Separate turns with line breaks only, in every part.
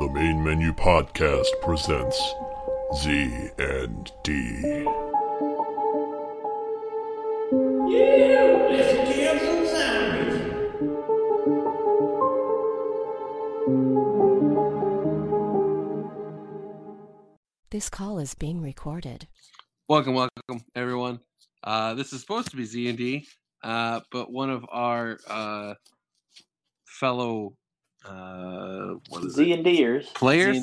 The Main Menu Podcast presents Z and D.
Let's get some sandwich.
This call is being recorded.
Welcome, welcome, everyone. Uh, this is supposed to be Z and D, uh, but one of our uh, fellow uh, what is it?
Z and Ders.
players,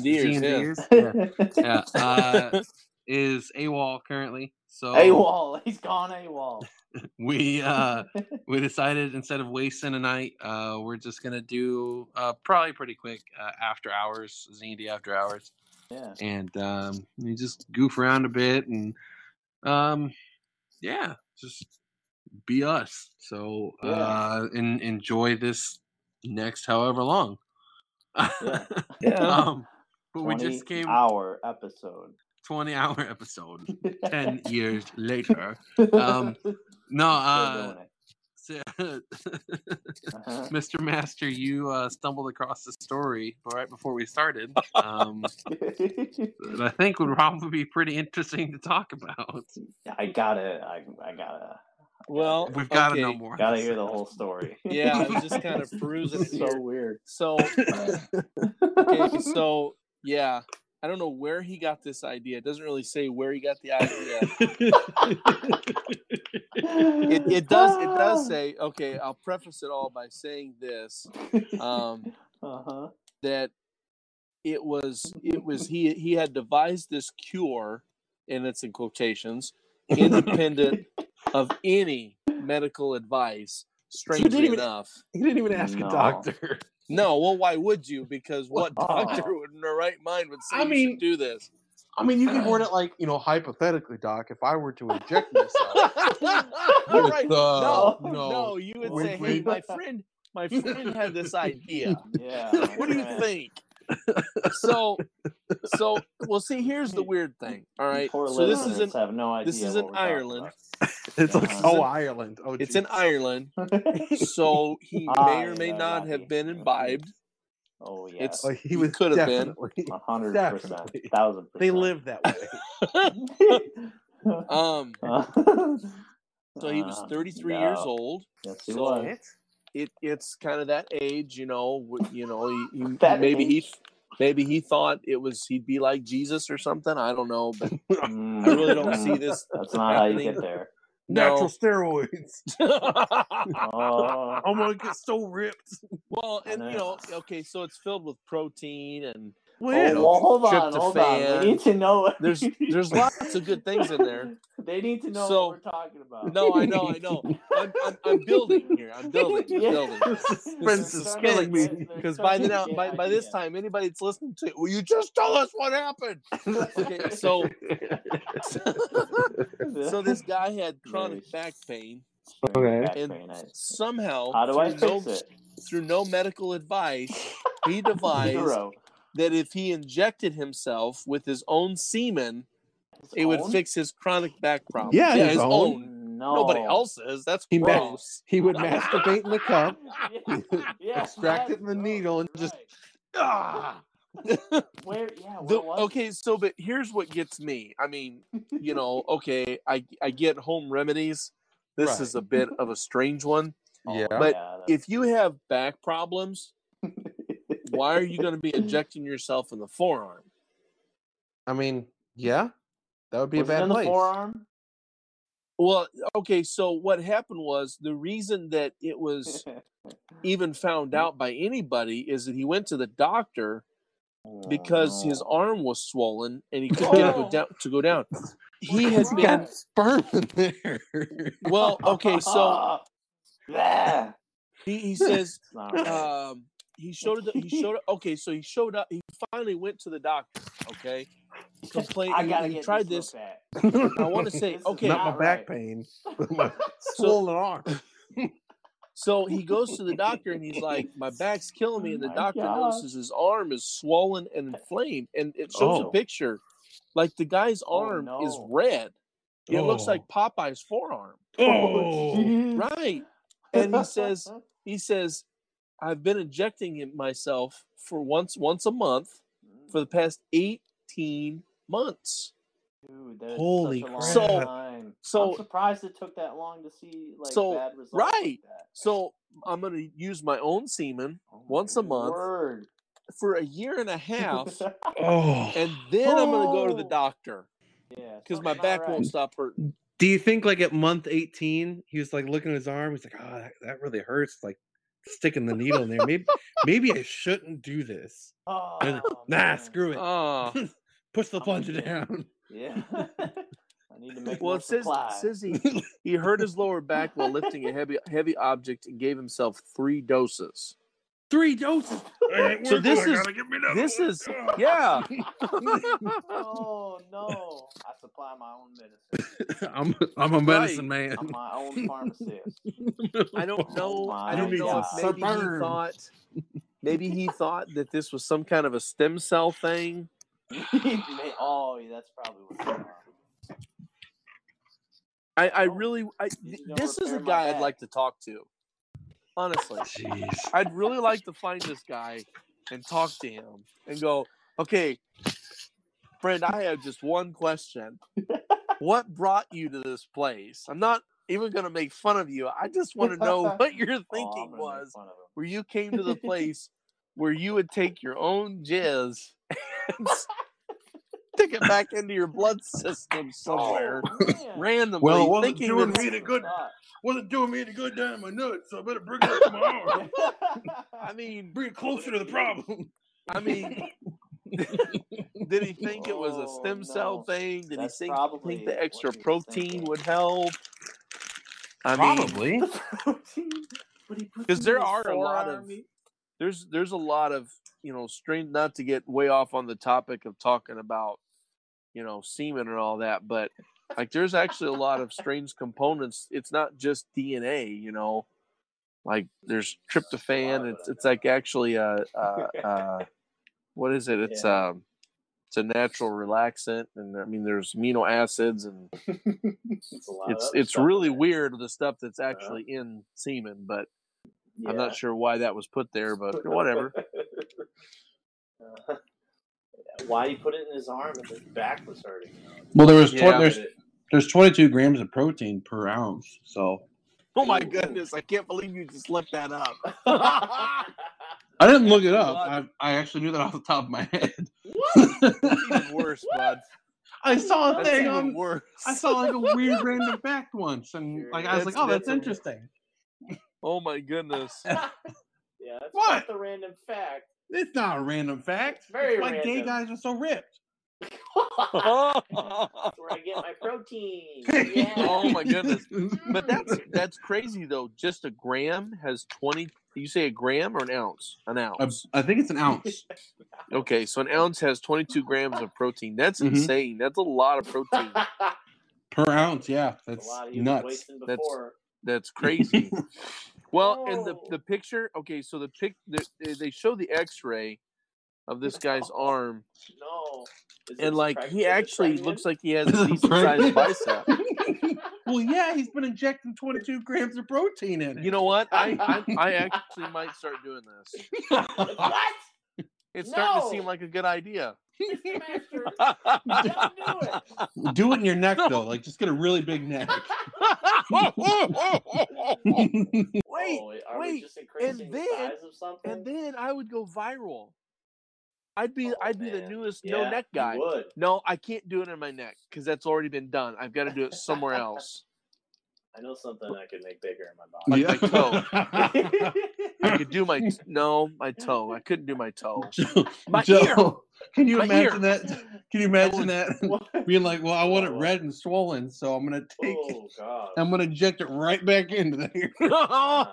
Z&Ders,
Z&Ders, yeah, yeah, uh, oh. is AWOL currently. So
AWOL. He's gone AWOL.
we uh, we decided instead of wasting a night, uh, we're just gonna do uh, probably pretty quick uh, after hours Z and D after hours.
Yeah.
and um, you just goof around a bit and um, yeah just be us so uh and enjoy this next however long
Yeah. Yeah.
um but we just came
Our episode.
20 hour episode 10 years later Um, no
Still
uh
doing it.
so-
Uh-huh.
mr master you uh stumbled across the story right before we started um that i think would probably be pretty interesting to talk about
I gotta. I, I gotta.
Well,
We've got
okay,
to know more.
Gotta hear the whole story.
Yeah, I'm just kind of perusing it
It's so
here.
weird.
So, okay, so yeah, I don't know where he got this idea. It doesn't really say where he got the idea. It, it does. It does say. Okay, I'll preface it all by saying this: um,
Uh huh.
that it was it was he he had devised this cure, and it's in quotations, independent of any medical advice. Strangely
even-
enough,
He didn't even ask
No.
a doctor.
No, well, why would you? Because what
Wow.
doctor would in their right mind would say
I
you
mean-
should do this?
I mean, you can word it like, you know, hypothetically, doc. If I were to inject myself
You're
with
right.
uh,
No,
no,
No, you would
Wait,
say, "Hey,
wait.
my friend, my friend had this idea.
Yeah.
What do you
man.
think?" So, so well. See, here's the weird thing. All right,
Poor
so this is
listeners
in
have no idea.
this is
what
in
we're talking
Ireland.
it's like,
Uh-huh.
oh, Ireland. Oh,
It's in
geez.
Ireland,
about.
so he may or may
Aye,
not
aye.
have been imbibed.
oh yeah.
It's-
Oh,
He
he was
could have been.
definitely.
A hundred percent.
Definitely.
Thousand percent.
They live that way.
Um, so he was
Ah,
Uh,
33 years
no.
old.
Yes, he
so-
was.
it it's kind of that age, you know. wh- You know, he, he-
That
maybe
age.
he maybe he thought it was he'd be like Jesus or something. I don't know, but
Mm,
I really don't see
mm.
this.
That's not how you
happening.
get there.
No.
Natural steroids.
Oh,
I'm gonna get so ripped.
well,
I
and you
know.
know, okay, so it's filled with protein and
Oh,
Well,
know,
well, hold on, hold on.
tryptophan.
They need to know.
there's there's lots of good things in there.
They need to know
So-
what we're talking about.
No, I know, I know. I'm I'm, I'm building here. I'm building. I'm
Yeah.
building.
suspense
is
They're starting
killing
to
me.
get- they're
Because by
starting
the
to
now,
get
by, by this
ideas.
time, anybody that's listening to, will you just tell us what happened? Okay, so so this guy had chronic
Nice.
back pain.
Okay.
Back
and
pain, I-
somehow
How do I
through, no,
fix it?
through no medical advice he devised
Zero.
that if he injected himself with his own semen
His
it would
own?
fix his chronic back problem
Yeah, his own.
No.
nobody else's that's
He ma-
gross
he would masturbate in the cup.
Yeah, yeah,
Extract
yes,
it in the
no,
needle and
you're
just-
right.
Ah!
Where? Yeah. Where
The-
was
okay so but here's what gets me i mean you know okay i i get home remedies this
Right.
is a bit of a strange one
Yeah.
yeah,
But
that's-
if you have back problems why are you going to be injecting yourself in the forearm
I mean, yeah, that would be
Was
a
it
bad
in the
place.
forearm?
Well, okay, so what happened was the reason that it was even found out by anybody is that he went to the doctor because his
Uh.
arm was swollen and he couldn't get it to go
Oh.
down, to go down. He has
Wow.
been
Got sperm in there.
well, okay, so
yeah,
he, he says
it's not right.
um he showed it he showed it okay, so he showed up he finally went to the doctor, okay? Complained
I
he-
gotta
he
get
tried
this.
this.
looked at.
I want to say
This is
okay,
Not my
Not right.
back pain, but my swollen arm.
So he goes to the doctor and he's like, "My back's killing me," and the
My Uh,
doctor
God.
notices his arm is swollen and inflamed, and it shows
Oh.
a picture, like the guy's
Oh,
arm is
no.
red. It looks
Oh.
like Popeye's forearm,
Oh, jeez.
right? And he says, he says, "I've been injecting it myself for once once a month for the past 18 months.
Dude, that is
Holy
such a
crap.
long
So-
time.
so-
I'm surprised it took that long to see like
So,
bad results.
right.
Like that.
So I'm going to use my own semen
Oh my
once a month.
Word.
for a year and a half,
Oh.
and then I'm going to go to the
Oh.
doctor
yeah.
because my
something's not
back
right.
won't stop hurting.
Do you think like at month 18, he was like looking at his arm, he's like,
"Ah,
oh, that, that really hurts, like sticking the needle in there. Maybe maybe I shouldn't do this.
Oh,
And he's like, nah,
man.
screw it.
Oh.
Push the
I'm
plunger
good.
down.
Yeah. I need to make
Well,
more
it says,
supply.
it says he, he hurt his lower back while lifting a heavy heavy object and gave himself three doses.
Three doses.
So this is- This is yeah.
oh no! I supply my own medicine.
I'm I'm a medicine man.
I'm my own pharmacist.
I don't know. I don't
Oh my
know
God.
if maybe he thought maybe he thought that this was some kind of a stem cell thing.
Man, oh, yeah, that's probably what's going on.
I, I
Oh,
really I,
you gonna
this is a
repair my
guy I'd
back?
like to talk to. Honestly.
Jeez.
I'd really like to find this guy and talk to him and go, okay, friend, I have just one question. What brought you to this place? I'm not even going to make fun of you. I just want to know what your
Oh, I'm
thinking
gonna make
was
fun of him.
where you came to the place where you would take your own jizz and stick it back into your blood system somewhere
Oh, Man,
randomly.
Well, it wasn't
thinking
doing
that-
me any good.
God.
Wasn't doing me any good down my nuts, so I better bring it up to my arm.
I mean,
Bring it closer to the problem.
I mean, did he think it was a
Oh,
stem cell
no.
thing? Did
That's
he think,
probably
think the
what
extra
he was
protein
thinking.
would help? I mean,
Probably.
because there are a lot of there's there's a lot of you know strange not to get way off on the topic of talking about you know semen and all that, but like there's actually a lot of strange components. It's not just DNA, you know. Like there's tryptophan. It's it's like actually a, a, a what is it? It's um it's a natural relaxant, and I mean there's amino acids, and
It's a lot of
it's
other
it's
stuff in
really
there. Uh-huh.
weird the stuff that's actually in semen. But
Yeah.
I'm not sure why that was put there, but whatever.
Uh, Why he put it in his arm if his back was hurting?
Well, there was
Yeah.
twen- there's there's 22 grams of protein per ounce, so
Oh my goodness! I can't believe you just left that up.
I didn't look it up. I, I actually knew that off the top of my head.
even worse, bud.
I saw a
That's
thing
even
on.
worse.
I saw like a weird random fact once, and like I was
That's-
like, "Oh, that's,
that's a-
interesting."
Oh my goodness!
yeah, that's
What?
just a random fact.
It's not a random fact.
It's very
It's why gay
random.
guys are so ripped.
Where I get my protein.
Oh
Yeah.
my goodness. But that's that's crazy though. Just a gram has twenty. You say a gram or an ounce? An
I,
ounce.
I think it's an ounce.
Okay, so an ounce has twenty-two grams of protein. That's
Mhm.
insane. That's a lot of protein.
per ounce. Yeah,
a
that's
lot he was
nuts.
wasting
That's-
before.
That's crazy. well, and the
Oh.
the picture. Okay, so the pic the, they show the X-ray of this guy's arm,
No. Is it
and like
preg- is
he
it
actually
pregnant?
looks like he has a decent-sized bicep.
well, yeah, he's been injecting 22 grams of protein in it.
You know what? I I, I actually might start doing this.
what?
It's starting to
No.
seem like a good idea.
Mr. Master,
Whoa,
don't do it.
do it in your neck though. Like, just get a really big neck.
whoa, whoa, whoa, whoa, whoa. Wait,
oh, are we
wait,
just increasing the
then-
size of something?
and then I would go viral. I'd be
Oh,
I'd be the
man.
newest
Yeah,
no neck
you
guy.
would.
No, I can't do it in my neck because that's already been done. I've got to do it somewhere else.
I know something I could make bigger in my body.
Like my toe.
Yeah.
I could do my t- no, my toe. I couldn't do my toe.
Joe,
My
Joe, can you
My ear.
imagine that? Can you imagine that?
What?
Being like, well, I want it
What?
red and swollen, so I'm gonna take it.
Oh God!
I'm gonna inject it right back into there.
ear.
Wow,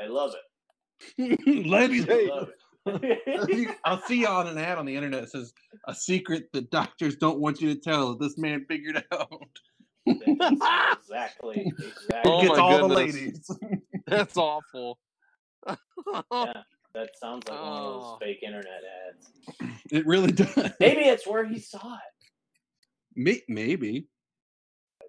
they love it.
Ladies,
They love it.
I'll see you on an ad on the internet. It says a secret that doctors don't want you to tell. This man figured out.
That's exactly. Exactly.
Oh
Gets
my
all the
goodness.
ladies.
that's awful.
That sounds like one of
Oh.
those fake internet ads.
It really does.
Maybe it's where he saw it.
May- Maybe,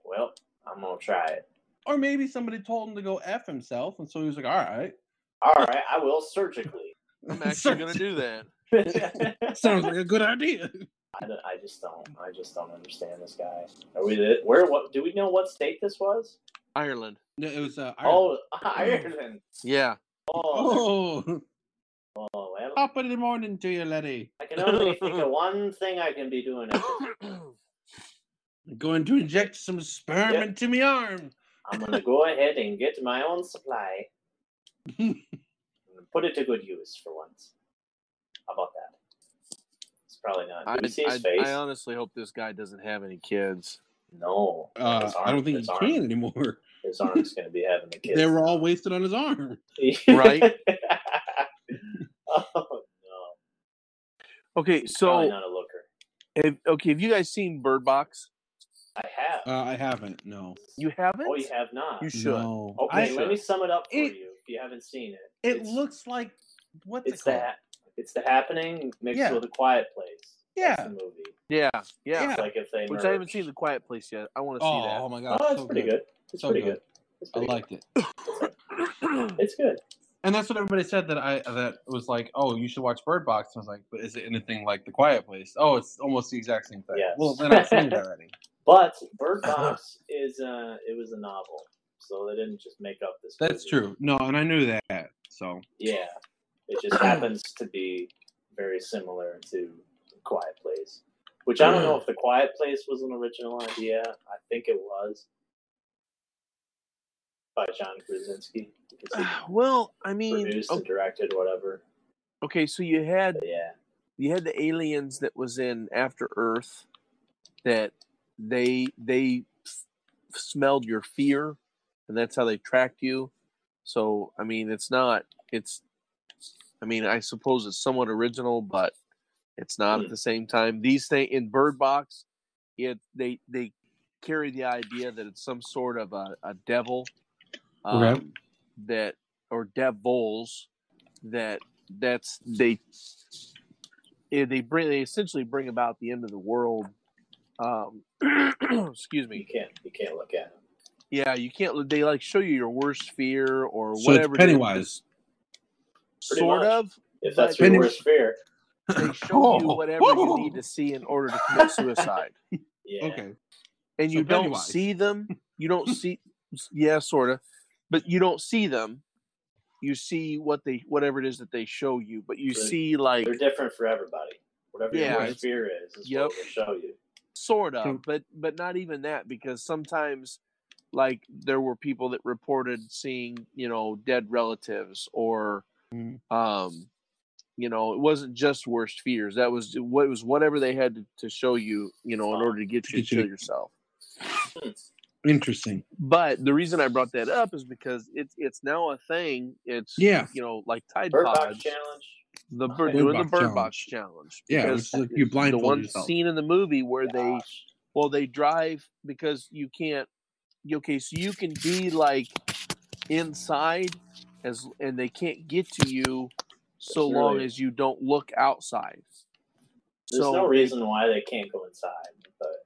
Well, I'm gonna try it.
or maybe somebody told him to go f himself, and so he was like, "All right."
All right, I will surgically.
I'm actually gonna do that.
Sounds like a good idea.
I, don't- I just don't. I just don't understand this guy. Are we where? What do we know? What state this was?
Ireland.
No, it was uh, Ireland.
Oh, Ireland.
Yeah.
Oh,
Oh,
oh. well,
up in the morning to you, laddie.
I can only think of one thing I can be doing. at this
Going to inject some sperm
Yep.
into my arm.
I'm gonna go ahead and get my own supply. I'm gonna put it to good use for once. How about that? It's probably not.
I,
Do you see his
I, uh,
face?
I honestly hope this guy doesn't have any kids.
no.
Uh,
His arm-
I don't think
his
he
arm-
can anymore.
His arm's gonna be having the kids.
They were all wasted on his arm.
Right.
oh no.
Okay,
He's probably
so
not a looker.
have, okay, have you guys seen Bird Box?
I have.
Oh.
Uh, I haven't. No.
You haven't?
oh, you have not.
You should.
No.
okay,
I-
let me sum it up for
It-
you if you haven't seen it.
it
It's-
looks like what's
It's
it
the
called?
ha- it's the happening mixed
Yeah.
with a quiet place.
Yeah.
That's the movie.
Yeah, yeah.
Yeah.
It's like if they
Which
merged.
I haven't seen The Quiet Place yet. I want to
Oh, oh my god,
Oh, it's
so
pretty good. It's
So
pretty
good.
good. It's
I
pretty
liked it.
see that.
good. It's good.
And that's what everybody said that I that was like, oh, you should watch Bird Box. I was like, but is it anything like The Quiet Place? Oh, it's almost the exact same thing.
Yes.
Well, then I've seen it already.
But Bird Box is uh it was a novel. So they didn't just make up this
That's
movie.
true. No, and I knew that. So
Yeah. It just happens to be very similar to The Quiet Place. Which I don't
Mm.
know if The Quiet Place was an original idea. I think it was. By John Krasinski. You can see
well, I
he
mean,
produced and
Ah, okay,
directed, whatever.
okay, so you had
But yeah.
you had the aliens that was in After Earth that they they s- smelled your fear and that's how they tracked you. So I mean, it's not it's I mean, I suppose it's somewhat original, but it's not at
Hmm.
the same time. These things in Bird Box, it they they carry the idea that it's some sort of a, a devil um,
Okay.
that or devils that that's they yeah, they bring they essentially bring about the end of the world. Um, excuse
You
me.
can't you can't look at him.
Yeah, you can't. They like show you your worst fear or
So it's
whatever. it is.
Pennywise.
Pretty
Sort
much.
of.
If that's
But-
your
Penny-
worst fear.
They show you
Oh.
whatever you need to see in order to commit suicide,
Yeah.
Okay.
and
So
you don't
Pennywise.
see them. You don't see. yeah, sort of. But you don't see them. You see what they whatever it is that they show you, but you
Right.
see like
They're different for everybody. Whatever
Yeah,
your worst
it's-
fear is, is
Yep.
what will show you.
sort of
So-
but but not even that because sometimes like there were people that reported seeing you know dead relatives or
Mm.
um you know it wasn't just worst fears that was what was whatever they had to, to show you you know in order to get you to
Get you
kill
to-
yourself
Interesting.
but the reason i brought that up is because it's it's now a thing it's
Yeah.
you know like tide
Bird box
pods
challenge.
the bird
Bird
doing the
Box
bird
challenge.
box challenge
Yeah,
because
which is like you
the
blindfold
one
yourself.
scene in the movie where they
Gosh.
well they drive because you can't okay so you can be like inside as and they can't get to you so
That's
long
really-
as you don't look outside
There's
so
no
they-
reason why they can't go inside, but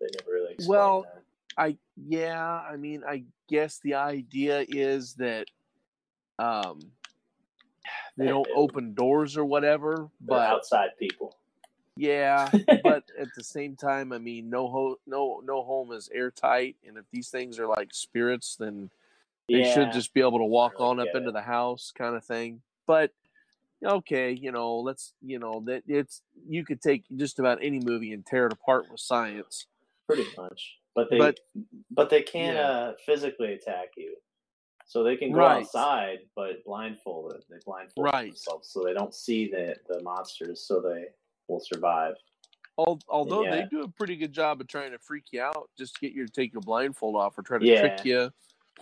they never really explain
Well,
that.
i yeah i mean i guess the idea is that um they don't open doors or whatever
They're
but
outside people.
Yeah, but at the same time, I mean, no ho- no no home is airtight, and if these things are like spirits, then they
yeah.
should just be able to walk
really
on up
get
into
it.
the house, kind of thing. But okay, you know, let's you know that it's you could take just about any movie and tear it apart with science.
pretty much. But they but,
But-
they can't
yeah.
uh, physically attack you. So they can go
Right.
outside, but blindfolded. They blindfold
Right.
themselves so they don't see the the monsters, so they will survive.
Al- Although
Yeah.
they do a pretty good job of trying to freak you out, just to get you to take your blindfold off or try to
Yeah.
trick you.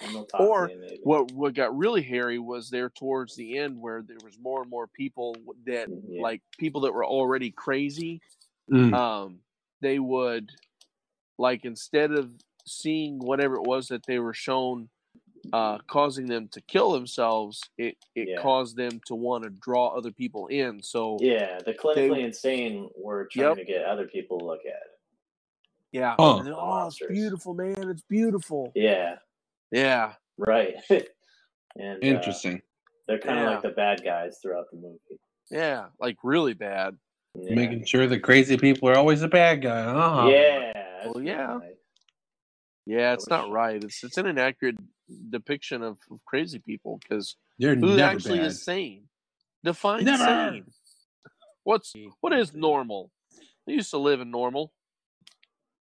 And they'll talk
Or
to you maybe.
What what got really hairy was there towards the end where there was more and more people that
Yeah.
like people that were already crazy
Mm.
um they would like instead of seeing whatever it was that they were shown uh causing them to kill themselves it it
Yeah.
caused them to want to draw other people in so yeah,
Yeah, the clinically insane were trying to get other people to look at
Huh.
And then, oh it's
Monsters.
beautiful man it's beautiful
it. Yeah,
yeah
right. and uh,
Interesting.
they're kind of
Yeah.
like the bad guys throughout the movie.
Yeah, like really bad.
Yeah.
Making sure the crazy people are always the bad guy.
Uh-huh.
Huh?
yeah.
Oh, Well,
that's
yeah.
right.
Yeah, it's not
Ouch.
right. It's it's an inaccurate depiction of, of crazy people because
They're
who
never
actually
bad.
is sane? Define
Never.
sane. What's what is normal? I used to live in normal.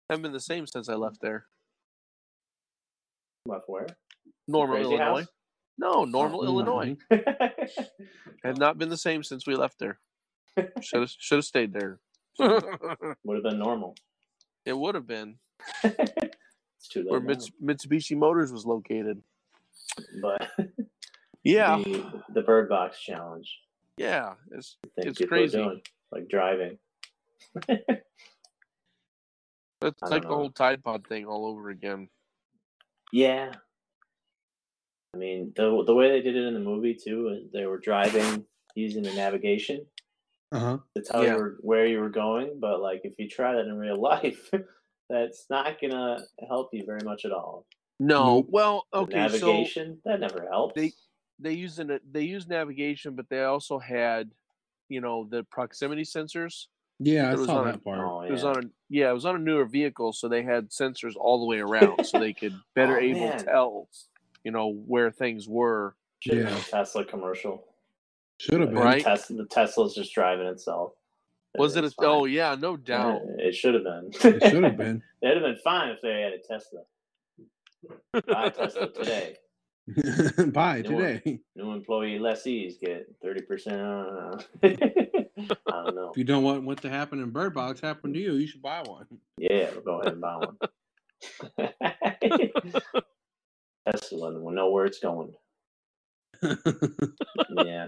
Haven't been the same since I left there.
Left where?
Normal,
Crazy
Illinois.
house?
No, normal,
Mm-hmm.
Illinois. Have not been the same since we left there. Should have should have stayed there.
Would have been normal.
it would have been
It's too late.
where
now.
Mits- Mitsubishi Motors was located.
But
Yeah,
the, the bird box challenge.
yeah. It's
I think
It's
people
crazy.
Are doing, like driving.
it's
I don't
like the
know.
whole Tide Pod thing all over again.
Yeah. I mean, the the way they did it in the movie too, is they were driving using the navigation
Uh-huh.
to tell
Yeah.
you where- where you were going. But like, if you try that in real life, that's not gonna help you very much at all.
No,
Nope.
well,
The
okay, so
navigation that never helps.
they- they used an, they used navigation, but they also had, you know, the proximity sensors.
Yeah,
It
I
was
saw
on a-
that part.
oh
It was
yeah.
on a yeah, it was on a newer vehicle, so they had sensors all the way around, so they could better
Oh,
able
man.
tell, you know, where things were.
Should have
Yeah.
been a Tesla commercial.
Should have
Like,
been.
Right.
Tesla, the Tesla's just driving itself.
Was it? A,
It's fine.
oh yeah, no doubt.
It should have been.
It should have been.
They'd have been fine if they had a Tesla. Buy a Tesla today.
Bye
New one.
today. If
New employee lessees get 30%. off. I don't know.
you don't want what to happen in Bird Box happen to you, you should buy one.
Yeah, we'll go ahead and buy one. Tesla, and we'll know where it's going. Yeah.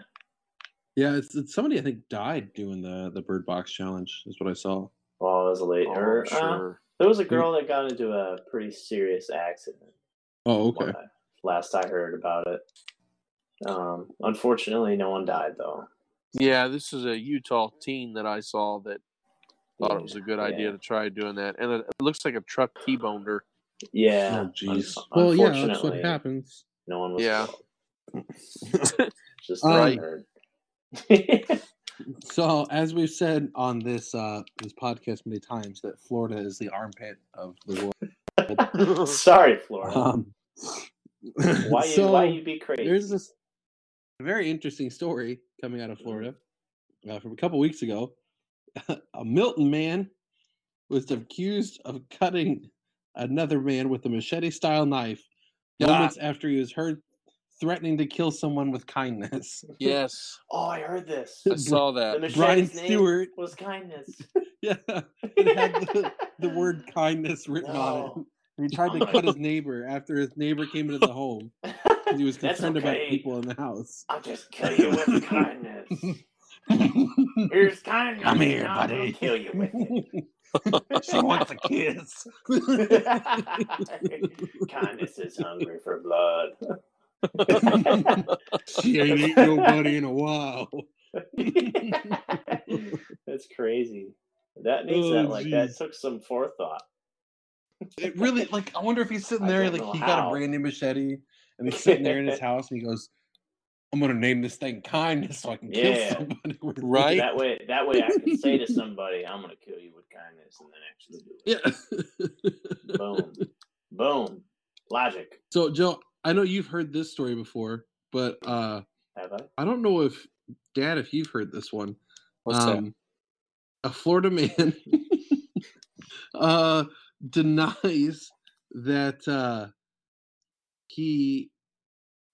yeah, it's, it's somebody I think died doing the the Bird Box challenge. Is what I saw.
Well, it was a late.
Oh,
or, uh,
sure.
there was a girl that got into a pretty serious accident.
Oh,
when
okay.
I- Last I heard about it. Um, unfortunately, no one died, though.
Yeah, this is a Utah teen that I saw that thought it was a good idea
yeah.
to try doing that, and it, it looks like a truck t-boned her.
Yeah.
Oh, jeez.
unf-
Well, yeah, that's what
unfortunately,
happens.
No one was
Yeah.
killed. Just
Um,
right.
So, as we've said on this uh, this podcast many times, that Florida is the armpit of the world.
Sorry, Florida.
um,
why you
so
why you be crazy?
there's this very interesting story coming out of Florida uh, from a couple weeks ago. a Milton man was accused of cutting another man with a machete-style knife
Ah.
moments after he was heard threatening to kill someone with kindness.
Yes,
oh, I heard this.
I saw
The
that.
machete's
Uh, Brian
name
Stewart.
was kindness.
Yeah, it had the, the word kindness written on it.
No.
And he tried
Oh
to
my-
cut his neighbor after his neighbor came into the home 'cause he was
That's
concerned about
okay.
people in the house.
I'll just kill you with kindness. Here's kindness.
Come here,
and I'll
buddy.
kill you with it.
she wants a kiss.
kindness is hungry for blood.
she ain't eaten nobody in a while.
That's crazy. That needs that
Oh,
like
jeez.
that took some forethought.
It really like I wonder if he's sitting
I
there
don't
like
know
he got
how.
a brand new machete and he's sitting there in his house and he goes, "I'm gonna name this thing kindness so I can
Yeah.
kill somebody." With it."
Right?
That way, that way, I can say to somebody, "I'm going to kill you with kindness," and then actually do it.
Yeah.
Boom, boom. Logic.
so Joe, I know you've heard this story before, but uh
Have I?
I don't know if Dad, if you've heard this one. Um,
What's that?
A Florida man uh, denies that uh, he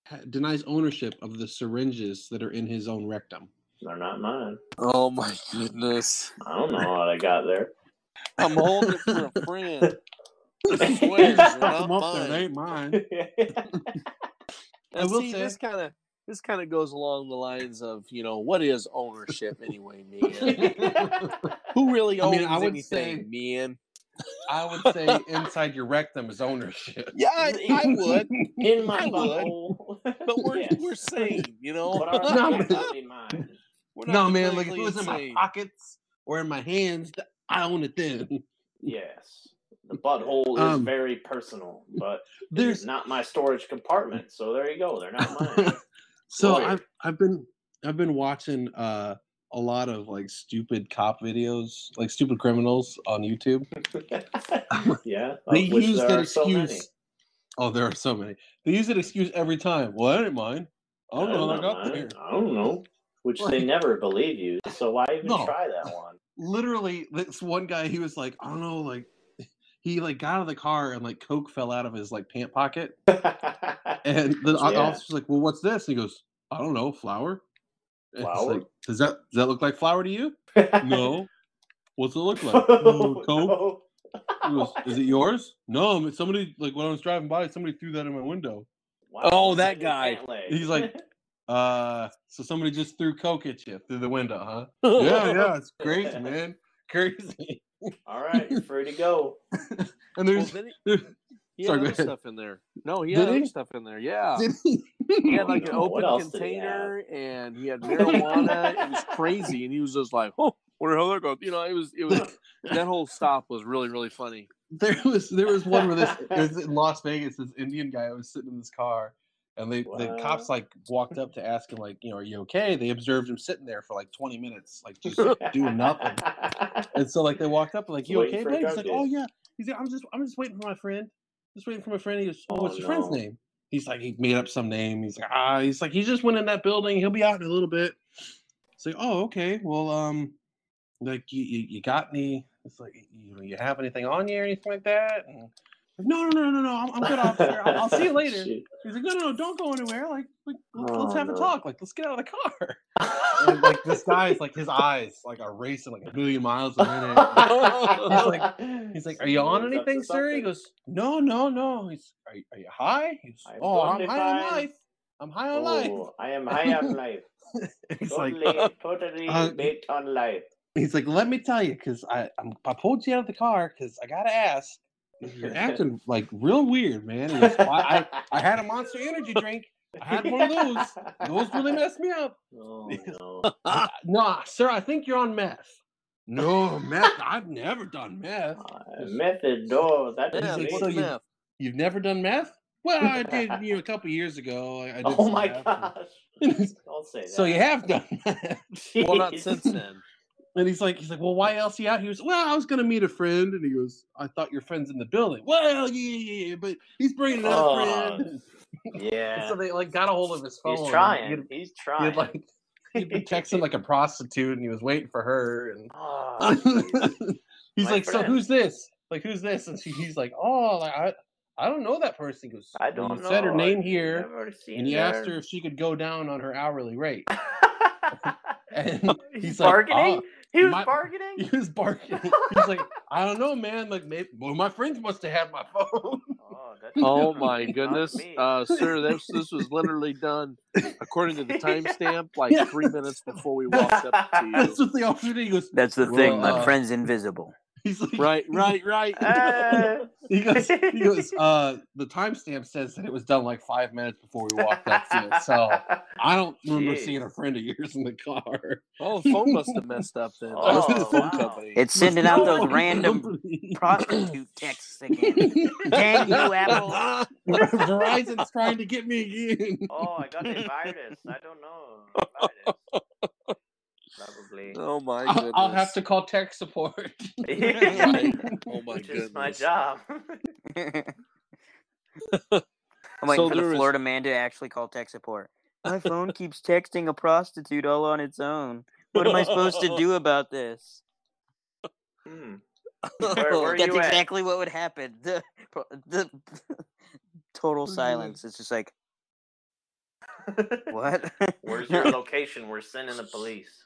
ha- denies ownership of the syringes that are in his own rectum.
They're not mine.
Oh my goodness!
I don't know what I got there.
I'm holding it for a friend. I
Hey,
swear,
just
they're
stuck 'em
not
up there,
mine.
they ain't mine.
Now,
I will
see,
say-
this kind of this kind of goes along the lines of you know what is ownership anyway, man? Who really
I
owns
mean, I would
anything, man?
I would say inside your rectum is ownership.
Yeah, I, I would,
In my
I would.
butthole.
but we're
Yes.
we're sane, you
But
know.
ours
No,
might
man.
not be mine.
We're
No, man, like if it
clinically
was in my
insane.
pockets or in my hands, th- I own it then.
Yes. The butthole is
Um,
very personal, but
There's
it's not my storage compartment. So there you go. They're not mine.
so
Lawyer.
I've I've been I've been watching uh
a lot of like stupid cop videos, like stupid criminals on YouTube.
yeah, of
They
which
use
there
that
are so many.
excuse. oh, there are so many. They use that excuse every time. Well, I didn't mind. I don't know how I got
man.
there.
I don't know. Which they
Like-
never believe you, so why even
No.
try that one?
Literally, this one guy, he was like, I don't know, like he like got out of the car and like coke fell out of his like pant pocket, and the o-
Yeah.
officer's like, "Well, what's this?" And he goes, "I don't know, flour." And it's
Flour?
like, does that does that look like flour to you? No. What's it look like? "Mm,
Oh,
coke.
no.
He goes, Is it yours? No, but somebody like when I was driving by, somebody threw that in my window.
Wow,
Oh,
it's
that
a
guy.
pant leg.
He's like, Uh, so somebody just threw coke at you through the window, huh? yeah, yeah, it's crazy, man, crazy.
all right, you're free to go.
And
Well,
there's
then he-
there's-
he had
Sorry, go
other
ahead.
stuff in there. No, he
Did
had other
he?
stuff in there. Yeah, he
yeah,
had like an
no, what
open
else did he
container, and he had marijuana. it was crazy, and he was just like, "Oh, where the hell that goes?" You know, it was it was that whole stop was really really funny.
there was there was one where this it was in Las Vegas. This Indian guy was sitting in this car, and they the cops like walked up to ask him like, you know, are you okay? They observed him sitting there for like 20 minutes, like just doing nothing. And so like they walked up like, you
Waiting
okay,
for a
buddy? He's
drug
like,
deal.
oh yeah. He's like, I'm just I'm just waiting for my friend. Just waiting for my friend. He goes, oh,
Oh,
what's your friend's
no.
name? He's like, he made up some name. He's like, ah, he's like, he just went in that building. He'll be out in a little bit. It's like, oh, okay. Well, um, like you, you, you got any? It's like you know, you have anything on you or anything like that? And no, no, no, no, no. I'm, I'm good, officer. I'll, I'll see you later.
Shoot.
He's like, no, no, no, don't go anywhere. Like, like let's, let's
Oh,
have
no.
a talk. Like, let's get out of the car. And, like this guy's like his eyes like are racing like a million miles a minute. He's like, "Are you on
Someone's up to
anything, sir?" He
something.
goes, "No, no, no." He's, "Are, you- are you high?" He's,
I'm
"Oh, I'm high on
totally fine."
life. I'm high on life."
Oh, I am high on life.
He's like,
totally, totally
uh,
bait on life.
he's like, "Let me tell you, because I I'm, I pulled you out of the car because I gotta ask. You're acting like real weird, man." He goes, "I- I, I had a Monster Energy drink. I had one of those. Those really messed me up.
Oh, no.
"Uh, no, sir, I think you're on meth. No, meth. I've never done meth.
Uh, Method, no, that
Yeah,
is
like,
me.
so
what's
you-
meth?
You've never done meth? Well, I did, you know, a couple years ago. I, I did
Oh
some
my
meth.
gosh! Don't say that.
So you have done meth.
Jeez.
Well, not since then.
And he's like, he's like, well, why else you out? He was, well, I was gonna meet a friend, and he goes, I thought your friend's in the building. Well, yeah, yeah, yeah, but he's bringing another
Oh,
friend. And
Yeah,
so they like got a hold of his phone.
he's
and
trying.
He'd,
He's
he'd,
trying.
like he'd be texting like a prostitute, and he was waiting for her. And
Oh, jeez.
he's
My
like, so
friend.
who's this? Like who's this? And she, he's like, oh, like, I I don't know that person. He goes,
I
"Well,
don't
you
know.
Said her
I've
name here.
never seen
and he asked her
her.
if she could go down on her hourly rate. And
he's,
he's like, "Uh,
bargaining. he was
my-
bargaining.
He was barking. He's like, I don't know, man. Like, maybe, well, my friends must have had my phone.
Oh, that's
Oh
definitely
my
not
goodness,
me.
uh, sir! This this was literally done according to the timestamp, like
Yeah.
three minutes before we walked up to
That's
you.
what the officer did. He goes,
That's the
Well,
thing. My
uh,
friend's invisible.
he's like,
Right, right, right.
Uh,
He goes, he goes. Uh, the timestamp says that it was done like five minutes before we walked up to it. So I don't remember
Jeez.
seeing a friend of yours in the car.
Oh, the phone must have messed up then. That was the
Oh,
phone
wow.
company.
It's sending out those
Phone
random
company.
prostitute texts again. Dang you, Apple.
Verizon's trying to get me again.
oh, I got a virus. I don't know. Virus. Probably.
Oh my
I'll,
goodness!
I'll have to call tech support.
Right. Oh my
Which
goodness!
is my job.
I'm waiting
So
for
there
the
is-
Florida man to actually call tech support. My phone keeps texting a prostitute all on its own. What am I supposed to do about this?
Hmm. Where, where are
That's
you at?
exactly what would happen. The, pro- the total silence. It's just like what?
Where's your location? We're sending the police.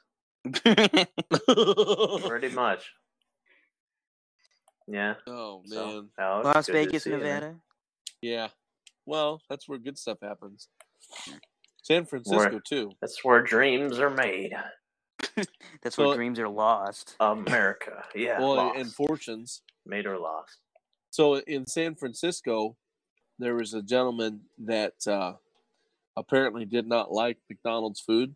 Pretty much. Yeah.
Oh man,
so, no, it's
Las
good to
Vegas,
see you, man.
Nevada.
yeah. Well, that's where good stuff happens. San Francisco too.
That's where dreams are made.
That's
So-
where dreams are lost.
America. Yeah.
Well,
lost.
and fortunes.
made or lost.
So in San Francisco, there was a gentleman that uh, apparently did not like McDonald's food,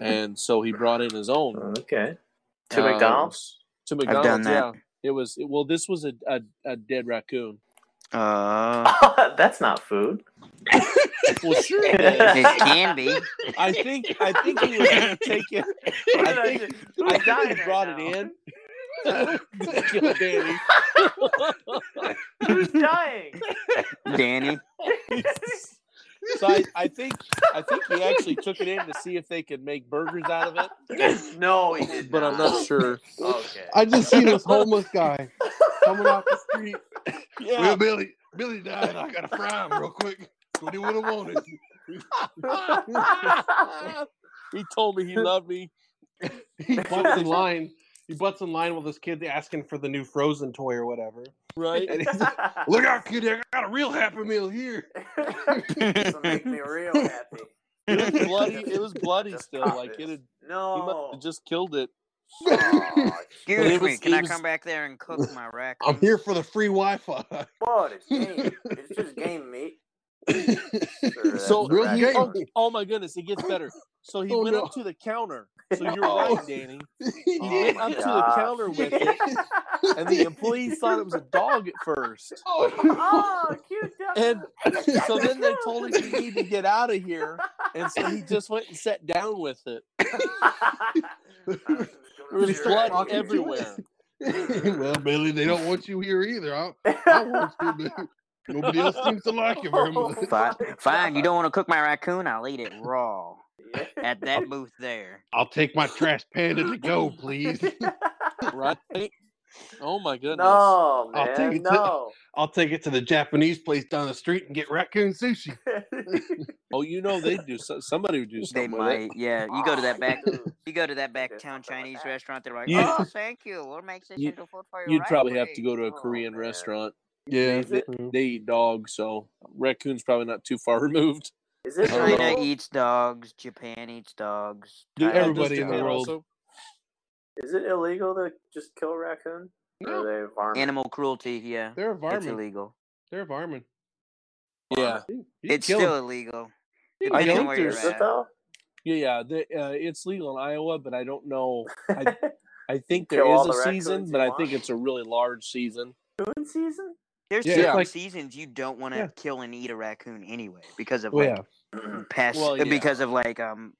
and so he brought in his own
Um,
Okay. To
uh,
McDonald's?
To
done
McDonald's, yeah.
that.
It was well. This was a, a, a dead raccoon.
Uh,
That's not food.
well, sure. It is.
It can be.
I think I think he was going to take it. I think I think he brought it in. Kill Danny.
Who's dying?
Danny.
So I, I think I think he actually took it in to see if they could make burgers out of it,
No, he did
but I'm not sure.
Okay.
I just see this homeless guy coming off the street.
Yeah,
Well, Billy, Billy died. I gotta fry him real quick. So he would have wanted.
he told me he loved me.
He butts in line. He butts in line while this kid's asking for the new Frozen toy or whatever.
Right?
And he's like, "Look out, kid! I got a real Happy Meal here."
This'll make me real happy.
It was bloody. It was bloody
Just
still.
pop
Like
it.
it had. He must
No.
have just killed it.
Aw,
But he
Excuse me,
was-
can
he
I
was-
come back there and cook my rack?
I'm here for the free Wi-Fi.
what? It's game. It's just game meat. Sure,
So-
that's a rack
Oh,
burger.
oh my goodness, it gets better. So he
Oh,
went
no.
up to the counter. So you're
Oh.
right, Danny.
He
He
Oh
went
did.
my
up to the
gosh.
counter with it, and the employees thought it was a dog at first.
oh, cute dog.
And so then they told him he needed to get out of here, and so he just went and sat down with it. There was blood everywhere.
well, Billy, they don't want you here either. I, I want you, but nobody else seems to like you very
Oh,
much.
Fine,
my
fine. You
God.
don't want to cook my raccoon? I'll eat it raw at that booth there.
I'll take my trash panda to go, please.
Right? Oh my goodness.
No,
I'll
man.
take it to-
no.
I'll take it to the Japanese place down the street and get raccoon sushi.
Oh, you know they do. So, somebody would do
They
something. with it.
might, yeah. You go to that back,
Dude,
you go to that back
There's
town
something like
Chinese
that.
restaurant. They're like,
You-
oh, thank you. We'll make this
you-
into food for you.
You'd
right
probably have to
away."
go to a
Oh,
Korean
man.
restaurant.
Yeah.
Is it-
They eat dogs, so raccoon's probably not too far removed.
Is it
I don't
China
real?
eats dogs. Japan eats dogs.
Dude,
Thailand
Uh, does
everybody
eats
in the
dogs.
Japan
world-
also-
Is it illegal to just kill a raccoon? Or
No.
Are they varmint?
Animal cruelty, yeah.
They're a
It's
varmint.
illegal.
They're a varmint.
Yeah.
You can
It's
kill
still
'em.
illegal.
I
You can kill
Depending on
think
'em.
where you're
Is it
at.
though?
Yeah, yeah. The, uh, it's legal in Iowa, but I don't know. I, I think there
Kill
is
all
a
the
season,
raccoons
but
you
I
want.
think it's a really large season.
Raccoon season?
There's
Yeah, it's
certain
like-
seasons you don't want to
Yeah. Oh,
kill and eat a raccoon anyway because of
Well,
like pest
Well, yeah.
because of like um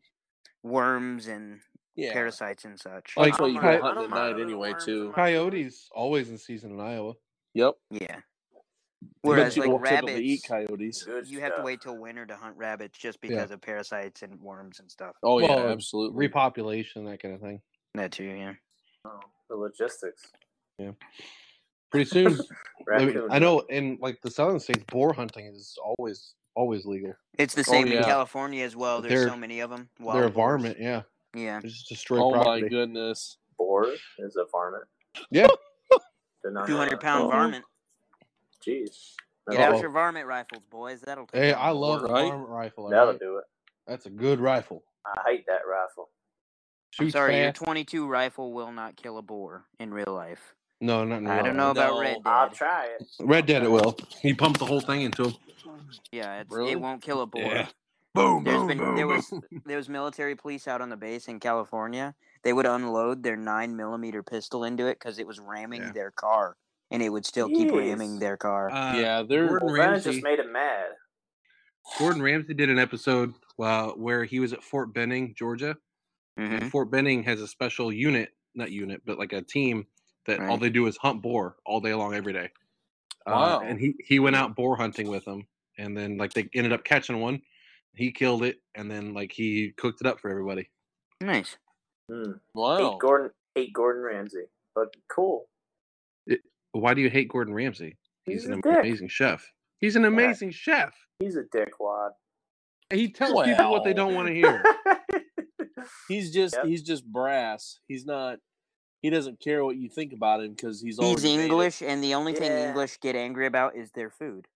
worms and
Yeah.
parasites and such.
Like-
That's why you
I-
go
I
hunting
don't
at
mind
night
the
anyway,
worms in
too.
my-
Coyotes always in season in Iowa.
Yep.
yeah.
Whereas, but
Whereas
you
like
don't typically eat
rabbits,
coyotes.
Good
you have to
stuff.
wait till winter to hunt rabbits just because of parasites and worms and stuff.
Oh yeah,
Well,
Mm-hmm.
absolutely.
Repopulation, that kind of thing.
That too, yeah.
Oh, the logistics.
Pretty soon, I, mean,
Raccoon.
I know in like the southern states, boar hunting is always always legal.
It's the same
yeah.
in California as well.
But
There's
Oh, they're-
so many of them.
They're a varmint, yeah.
Yeah.
They just destroy
Oh my
property.
goodness.
Boar is a varmint.
Yeah.
Did not know
Two hundred
that.
pound
Oh,
varmint.
Jeez.
Get
That'll,
out your varmint rifles, boys. That'll take
Hey,
down
I
the
love the
world.
Right?
varmint rifle.
that'll
alright?
do it.
That's a good rifle.
I hate that rifle.
I'm
Shoots
sorry, your
fast.
22 rifle will not kill a boar in real life.
No, not in
I
real
don't know
life.
about
No.
Red
I'll
Dead.
try it.
Red Dead, it will. You pump the whole thing into him.
Yeah, it's,
Really?
it won't kill a boar.
Yeah. Boom,
There's
boom,
been
boom,
there was
boom.
there was military police out on the base in California. They would unload their nine millimeter pistol into it because it was ramming
Yeah.
their car, and it would still keep ramming
Jeez.
their car.
Uh,
yeah, they're
Gordon
Well, that
Ramsay,
just made him mad.
Gordon Ramsay did an episode uh, where he was at Fort Benning, Georgia.
Mhm.
And Fort Benning has a special unit, not unit, but like a team that all
Right.
they do is hunt boar all day long, every day. Uh,
Wow.
and he, he went out boar hunting with them. And then, like, they ended up catching one. He killed it. And then, like, he cooked it up for everybody.
Nice.
Hmm.
wow.
Oh.
Hate Gordon. Hate Gordon Ramsay. But cool.
Why do you hate Gordon Ramsay? He's,
He's a
an
dick.
amazing chef. He's an amazing chef.
He's a dickwad.
He tells people what they
Well.
don't want to hear.
He's just
Yep.
he's just brass. He's not. He doesn't care what you think about him because he's always
He's English, and the only thing
Yeah.
English get angry about is their food.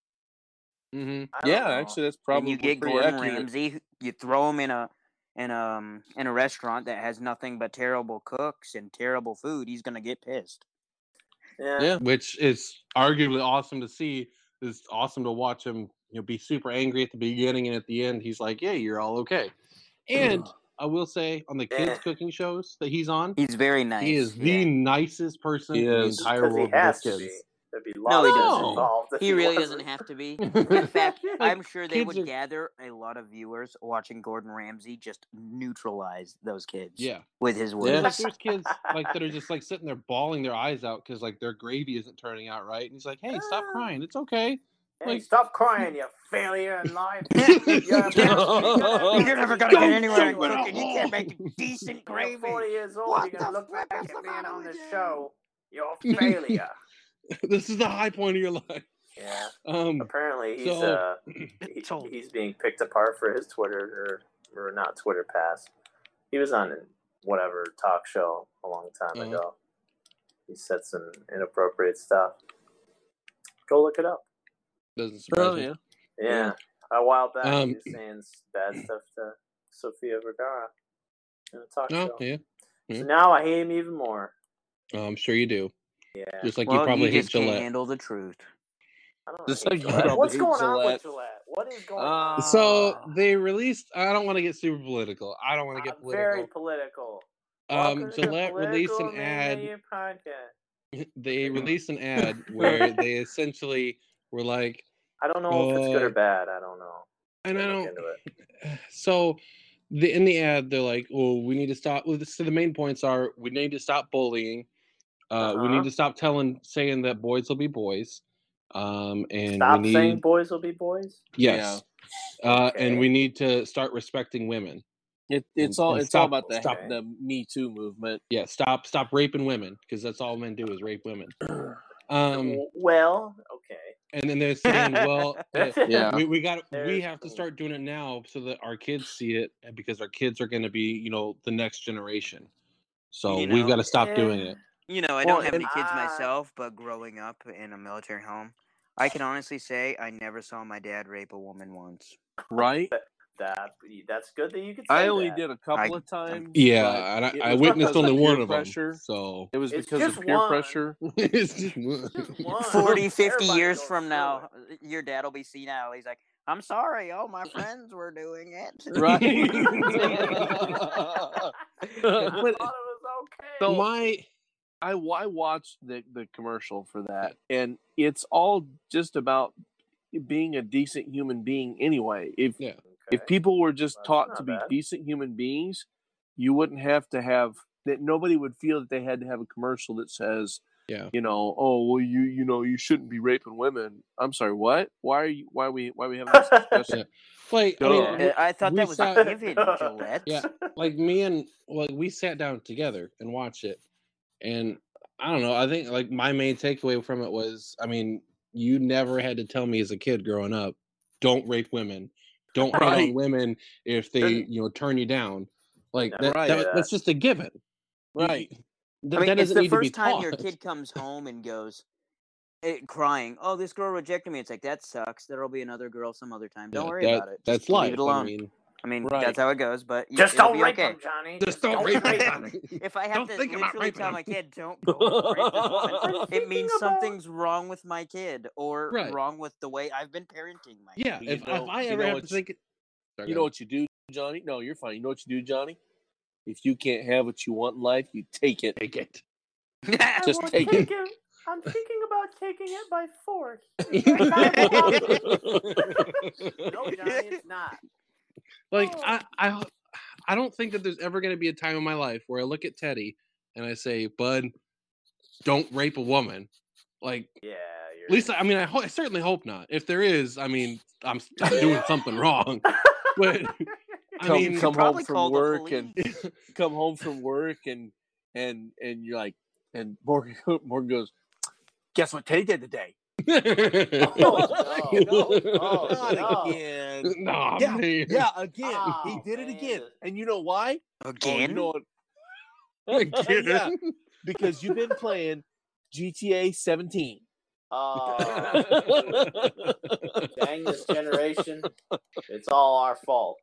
Mm-hmm.
hmm
I don't
Yeah,
know.
actually, that's
When
probably
you get
pretty
Gordon
accurate.
Ramsay, who- you throw him in a in um in a restaurant that has nothing but terrible cooks and terrible food, he's gonna get pissed.
Yeah.
Yeah.
Which is arguably awesome to see. It's awesome to watch him, you know, be super angry at the beginning and at the end. He's like, "Yeah, you're all okay." And I will say, on the
Eh.
kids' cooking shows that he's on,
He's very nice.
he is
yeah.
the nicest person
He
in the
is.
entire
Because he
world with
has
his
to be.
kids.
There'd be
No,
lots
he
of
doesn't.
involved. if
He really
wasn't.
doesn't have to be. In fact, I'm sure they
Kids
would
are-
gather a lot of viewers watching Gordon Ramsay just neutralize those kids.
Yeah.
With his
Like,
words.
there's kids like that are just like sitting there bawling their eyes out because like their gravy isn't turning out right, and he's like, "Hey, stop crying. It's okay."
Hey,
Like-
stop crying, you failure in life. You're, a bastard.
You're never gonna get
Don't
anywhere in
do it.
cooking. You can't make decent
You're
gravy.
40 years old.
What
you're gonna
the
look
flip
back
is the
at being
matter
on
with
this
you?
show. You're a failure.
this is the high point of your life.
yeah.
Um,
Apparently, he's
So-
uh, he, he's being picked apart for his Twitter or, or not Twitter pass. He was on whatever talk show a long time
Uh-huh.
ago. He said some inappropriate stuff. Go look it up.
doesn't surprise
Oh
me.
yeah.
Yeah, a while back
Um,
he was saying bad stuff to Sofia Vergara in a talk
No,
show.
yeah, yeah.
So now I hate him even more.
Oh, I'm sure you do.
Yeah,
Just like
well,
you probably hate
just can't
Gillette.
handle the truth.
I don't
Just
hate
like you
Gillette.
probably
What's
hate
going on with
Gillette.
Gillette? What is going
Ah.
on?
Uh, So they released. I don't want to get super political. I don't want to
I'm
get
very
political.
political.
Um,
Welcome to
Gillette released an
Political
ad
Mania Podcast.
they released an ad where they essentially were like,
I don't know if it's good or
Uh,
bad. I don't know.
and I
Gotta
don't.
look into it.
So, the in the ad, they're like, "Oh, we need to stop." Well, so the main points are: we need to stop bullying. Uh, We
Uh-huh.
need to stop telling, saying that boys will be boys. Um, and
Stop
we need,
saying boys will be boys.
yes. Uh,
Okay.
and we need to start respecting women.
It, it's
And-
all
and
it's
stop-
all about the
stop.
the Me Too movement.
Yeah, stop, stop raping women because that's all men do is rape women. Um,
well, okay.
and then they're saying, well, uh,
Yeah.
we, we got we
There's
have to
some-
start doing it now so that our kids see it and because our kids are going to be you know the next generation so
You
we've got
know.
to stop
Yeah.
doing it
You know, I
Well,
don't have
and-
any kids
Ah.
myself, but growing up in a military home, I can honestly say I never saw my dad rape a woman once.
Right.
That that's good that you could. Say
I only
that.
did a couple
I-
of times.
yeah and
but it
I, I
was
witnessed
because of
only
peer
one of them
pressure.
so
It was
It's
because
just
of peer
one.
pressure.
it's just one.
Just one.
40, 50
Everybody
years
goes
from
through
now, uh,
it.
your dad will be senile. He's like, I'm sorry, all my friends were doing it.
Right.
I thought
But-
it was okay.
So-
my
I I watched the the commercial for that, and it's all just about being a decent human being anyway. If
Yeah.
if people were just
That's
taught
not
to be
bad.
decent human beings, you wouldn't have to have that. Nobody would feel that they had to have a commercial that says,
Yeah.
you know, oh well, you you know, you shouldn't be raping women." I'm sorry, what? Why are you? Why are we? Why are we having this discussion?
like I
Duh.
mean,
Uh, I thought
we
that was
saw-
a given, Gillette.
Yeah. like me and like we sat down together and watched it and i don't know i think like my main takeaway from it was i mean you never had to tell me as a kid growing up don't rape women don't hit
Right.
on women if they
Didn't-
you know turn you down like
Never
that,
Right.
that- that's just a given
Right.
Th-
I mean,
that
it's
doesn't
the
need
first
to be
time
taught
your kid comes home and goes eh, crying, "Oh, this girl rejected me." It's like that sucks. There'll be another girl some other time. Don't
Yeah,
worry
that-
about it.
that's
Just leave
life
it alone.
i mean
I mean,
Right.
that's how it goes. But y-
Just
it'll
don't
be
rape
okay.
him, Johnny.
just don't rape
rape
them.
him.
If I have
Don't
to
think about
literally
raping
tell
them.
my kid, "Don't go and rape this
I'm
woman," it
thinking
means
about-
something's wrong with my kid or
Right.
wrong with the way I've been parenting my.
yeah
You
if,
know-
if i
you
ever
know
have to
it's-
think Sorry,
You
go
know
ahead.
what you do, Johnny? No, you're fine. You know what you do, Johnny? If you can't have what you want in life, you take it.
take it
kid.
Just
won't
take it.
him. I'm thinking about taking it by force.
No, Johnny, it's not.
like
Oh.
I, I i don't think that there's ever going to be a time in my life where i look at teddy and i say bud don't rape a woman like
Yeah, you're.
at least i mean i, ho- I certainly hope not if there is i mean i'm, s- I'm doing something wrong but i
Come-
mean
come- home
probably
from
call the
work and-
police.
come home from work and and and you're like and Morgan Morgan goes, Guess what Teddy did today?
Oh,
You know?
Oh,
Not
no.
again.
Nah,
Yeah,
man.
Yeah, again. he
Oh,
did it
man.
again. And you know why? Oh, you
again.
know what?
Again.
Yeah. Because you've been playing GTA seventeen.
Oh, dang this generation. It's all our fault.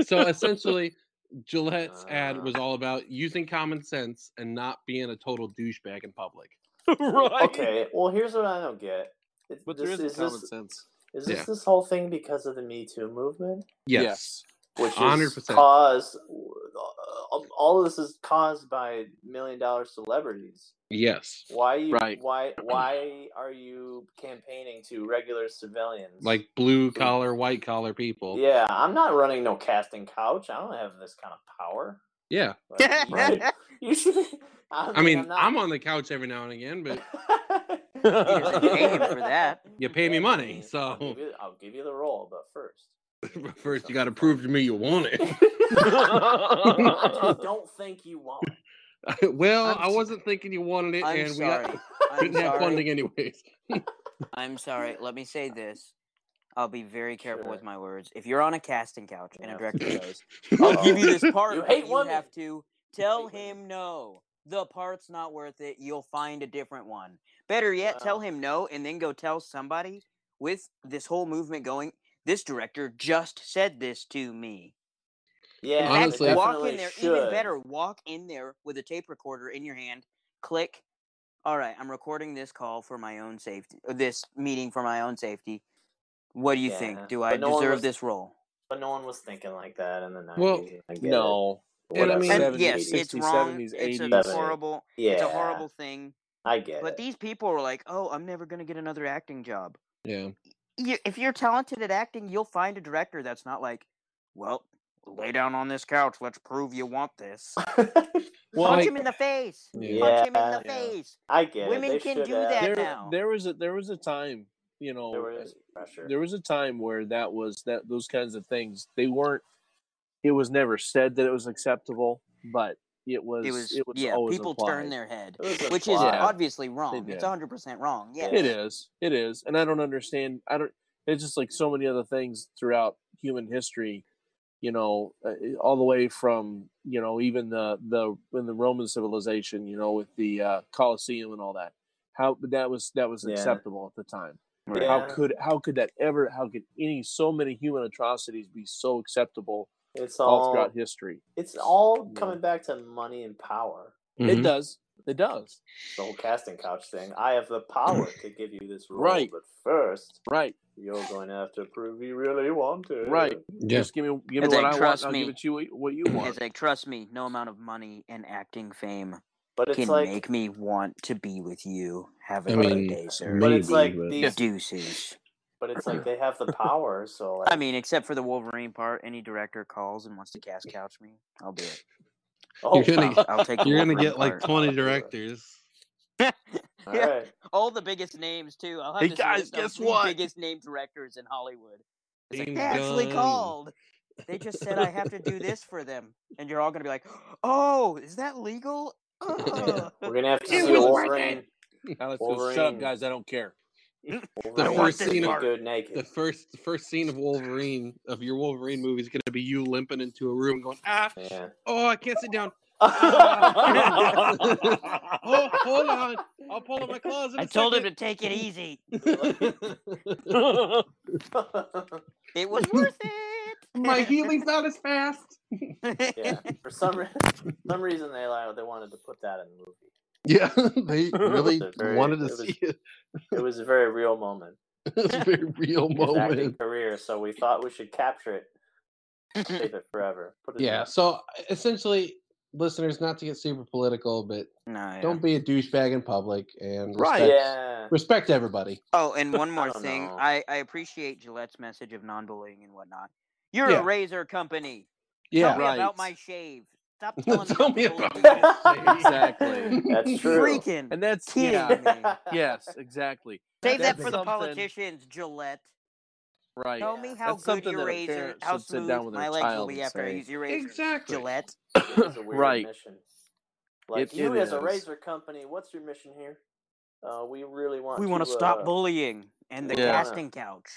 so essentially Gillette's
Uh.
ad was all about using common sense and not being a total douchebag in public.
right.
Okay, well, here's what I don't get. Is-
But there
this,
is
is
common
this,
sense.
is this
Yeah.
this whole thing because of the Me Too movement?
Yes.
which is
100%.
caused uh, um, all of this is caused by million dollar celebrities.
Yes.
Why you,
Right.
why why are you campaigning to regular civilians?
Like blue collar, white collar people.
yeah, I'm not running no casting couch. I don't have this kind of power.
Yeah.
Like,
Right.
you should.
I mean, I'm,
not-
on the couch every now and again, but
You're paying for that.
you pay me money,
I'll
so
give, you, I'll give you the role, but first,
first you got to prove to me you want
I
it.
just don't think you won't.
well,
I'm
I
s-
wasn't thinking you wanted it,
I'm
and
sorry.
we got,
I'm
didn't have funding
sorry.
anyways.
I'm sorry. Let me say this. I'll be very careful
Sure.
with my words. If you're on a casting couch and a
Yeah.
director goes, I'll give you this part,
You
but
hate
you
women.
have to tell
hate women.
him no. The part's not worth it. You'll find a different one. Better yet, tell
Wow.
him no and then go tell somebody with this whole movement going, this director just said this to me.
Yeah,
In
they
fact,
Honestly-
walk
definitely
in there,
should.
even better, walk in there with a tape recorder in your hand, click. All right, I'm recording this call for my own safety, or this meeting for my own safety. What do you
Yeah,
think? Do I
but no one
deserve
was-
this role?
But no one was thinking like that in the nineties.
Well,
I get it.
No.
And I
Whatever.
mean-
And
70s,
yes, it's
60s,
wrong.
70s,
it's a
80s.
horrible,
yeah,
it's a horrible thing.
I get
But
it.
these people were like, "Oh, I'm never gonna get another acting job."
Yeah.
You, if you're talented at acting, you'll find a director that's not like, "Well, lay down on this couch. Let's prove you want this."
Well,
Punch
like-
him in the face.
yeah,
Punch him in the
Yeah.
face.
I get it.
Women
They
can
should
do
have-
that
there,
now.
there was a there was a time, you know,
There was pressure.
there was a time where that was that those kinds of things they weren't it was never said that it was acceptable but it was
it was, yeah.
always
People
implied.
turn their head,
It was
which is
implied.
Yeah.
obviously wrong.
did.
It's 100 percent wrong. Yeah.
it is it is and i don't understand i don't it's just like so many other things throughout human history you know uh, all the way from you know even the the in the roman civilization you know with the uh, colosseum and all that how that was that was
Yeah.
acceptable at the time
Right.
Yeah.
how could how could that ever how could any so many human atrocities be so acceptable
It's
all,
all,
throughout history
it's all
Yeah.
coming back to money and power.
Mm-hmm.
Mm-hmm.
it does it does
The whole casting couch thing. I have the power to give you this role,
Right.
but first
right
you're going to have to prove you really want it.
Right.
Yeah.
just give me give me
It's
what
like,
i want
trust
i'll give
me.
it to you what, what you want
It's like, trust me, no amount of money and acting fame
But it's
can
like,
make me want to be with you. Have a
I
good
mean,
day, sir.
but it's
Maybe,
like
but-
these,
Deuces.
but it's like they have the power. So like,
I mean, except for the Wolverine part, any director calls and wants to cast couch me, I'll do it.
oh,
You're gonna-
wow.
I'll take. The
You're gonna
Wolverine
get like
part.
20 directors.
All
Yeah.
right.
all the biggest names too. I'll have
Hey,
this
guys,
list of
guess
the
what?
biggest name directors in Hollywood. It's like,
James
they actually
Gunn.
called. They just said I have to do this for them, and you're all gonna be like, "Oh, is that legal?" Ugh."
We're gonna have to
It
see
was
Wolverine.
now let's go shut
Wolverine.
up guys i don't care
The
Wolverine
first
should
scene
be
of-
good naked.
The first, the first scene of Wolverine of your Wolverine movie is going to be you limping into a room, going, "Ah,
Yeah.
oh, I can't sit down. Oh,
oh,
hold on, I'll pull up my closet."
I told him to take it easy. It was worth it.
my healing's not as fast.
yeah. For some re- some reason they allowed they wanted to put that in the movie.
Yeah, they really
It's a very-
wanted to
it was-
see it.
It was a very real moment.
It's a very real
in His acting
moment.
career, so we thought we should capture it,
Mm.
save it forever. Put it in
Yeah.
the-
So essentially, listeners, not to get super political, but
No, yeah.
don't be a douchebag in public and
Right.
respect-
Yeah.
respect everybody.
Oh, and one more
don't
thing.
know.
I, I appreciate Gillette's message of non-bullying and whatnot. You're
Yeah.
a razor company.
Yeah.
Tell me
Right.
about my shave. Stop telling me.
Tell
how
me
people
about
do
my
this.
Exactly.
That's true.
Freaking.
and that's
Kidding
yeah
me.
yes exactly
Save that
That's
for the
something-
politicians, Gillette.
right
Tell me how
That's
good
something
your
that a
razor,
parent
how
should sit
smooth
down with their
my legs will
child
be
and
after I
say.
use your razor.
Exactly.
Gillette.
It is a weird
Right.
mission. Like
It-
you
it
as a
is.
razor company, what's your mission here? Uh, we really want.
We want to
to
stop
uh,
bullying and the
Yeah.
casting couch.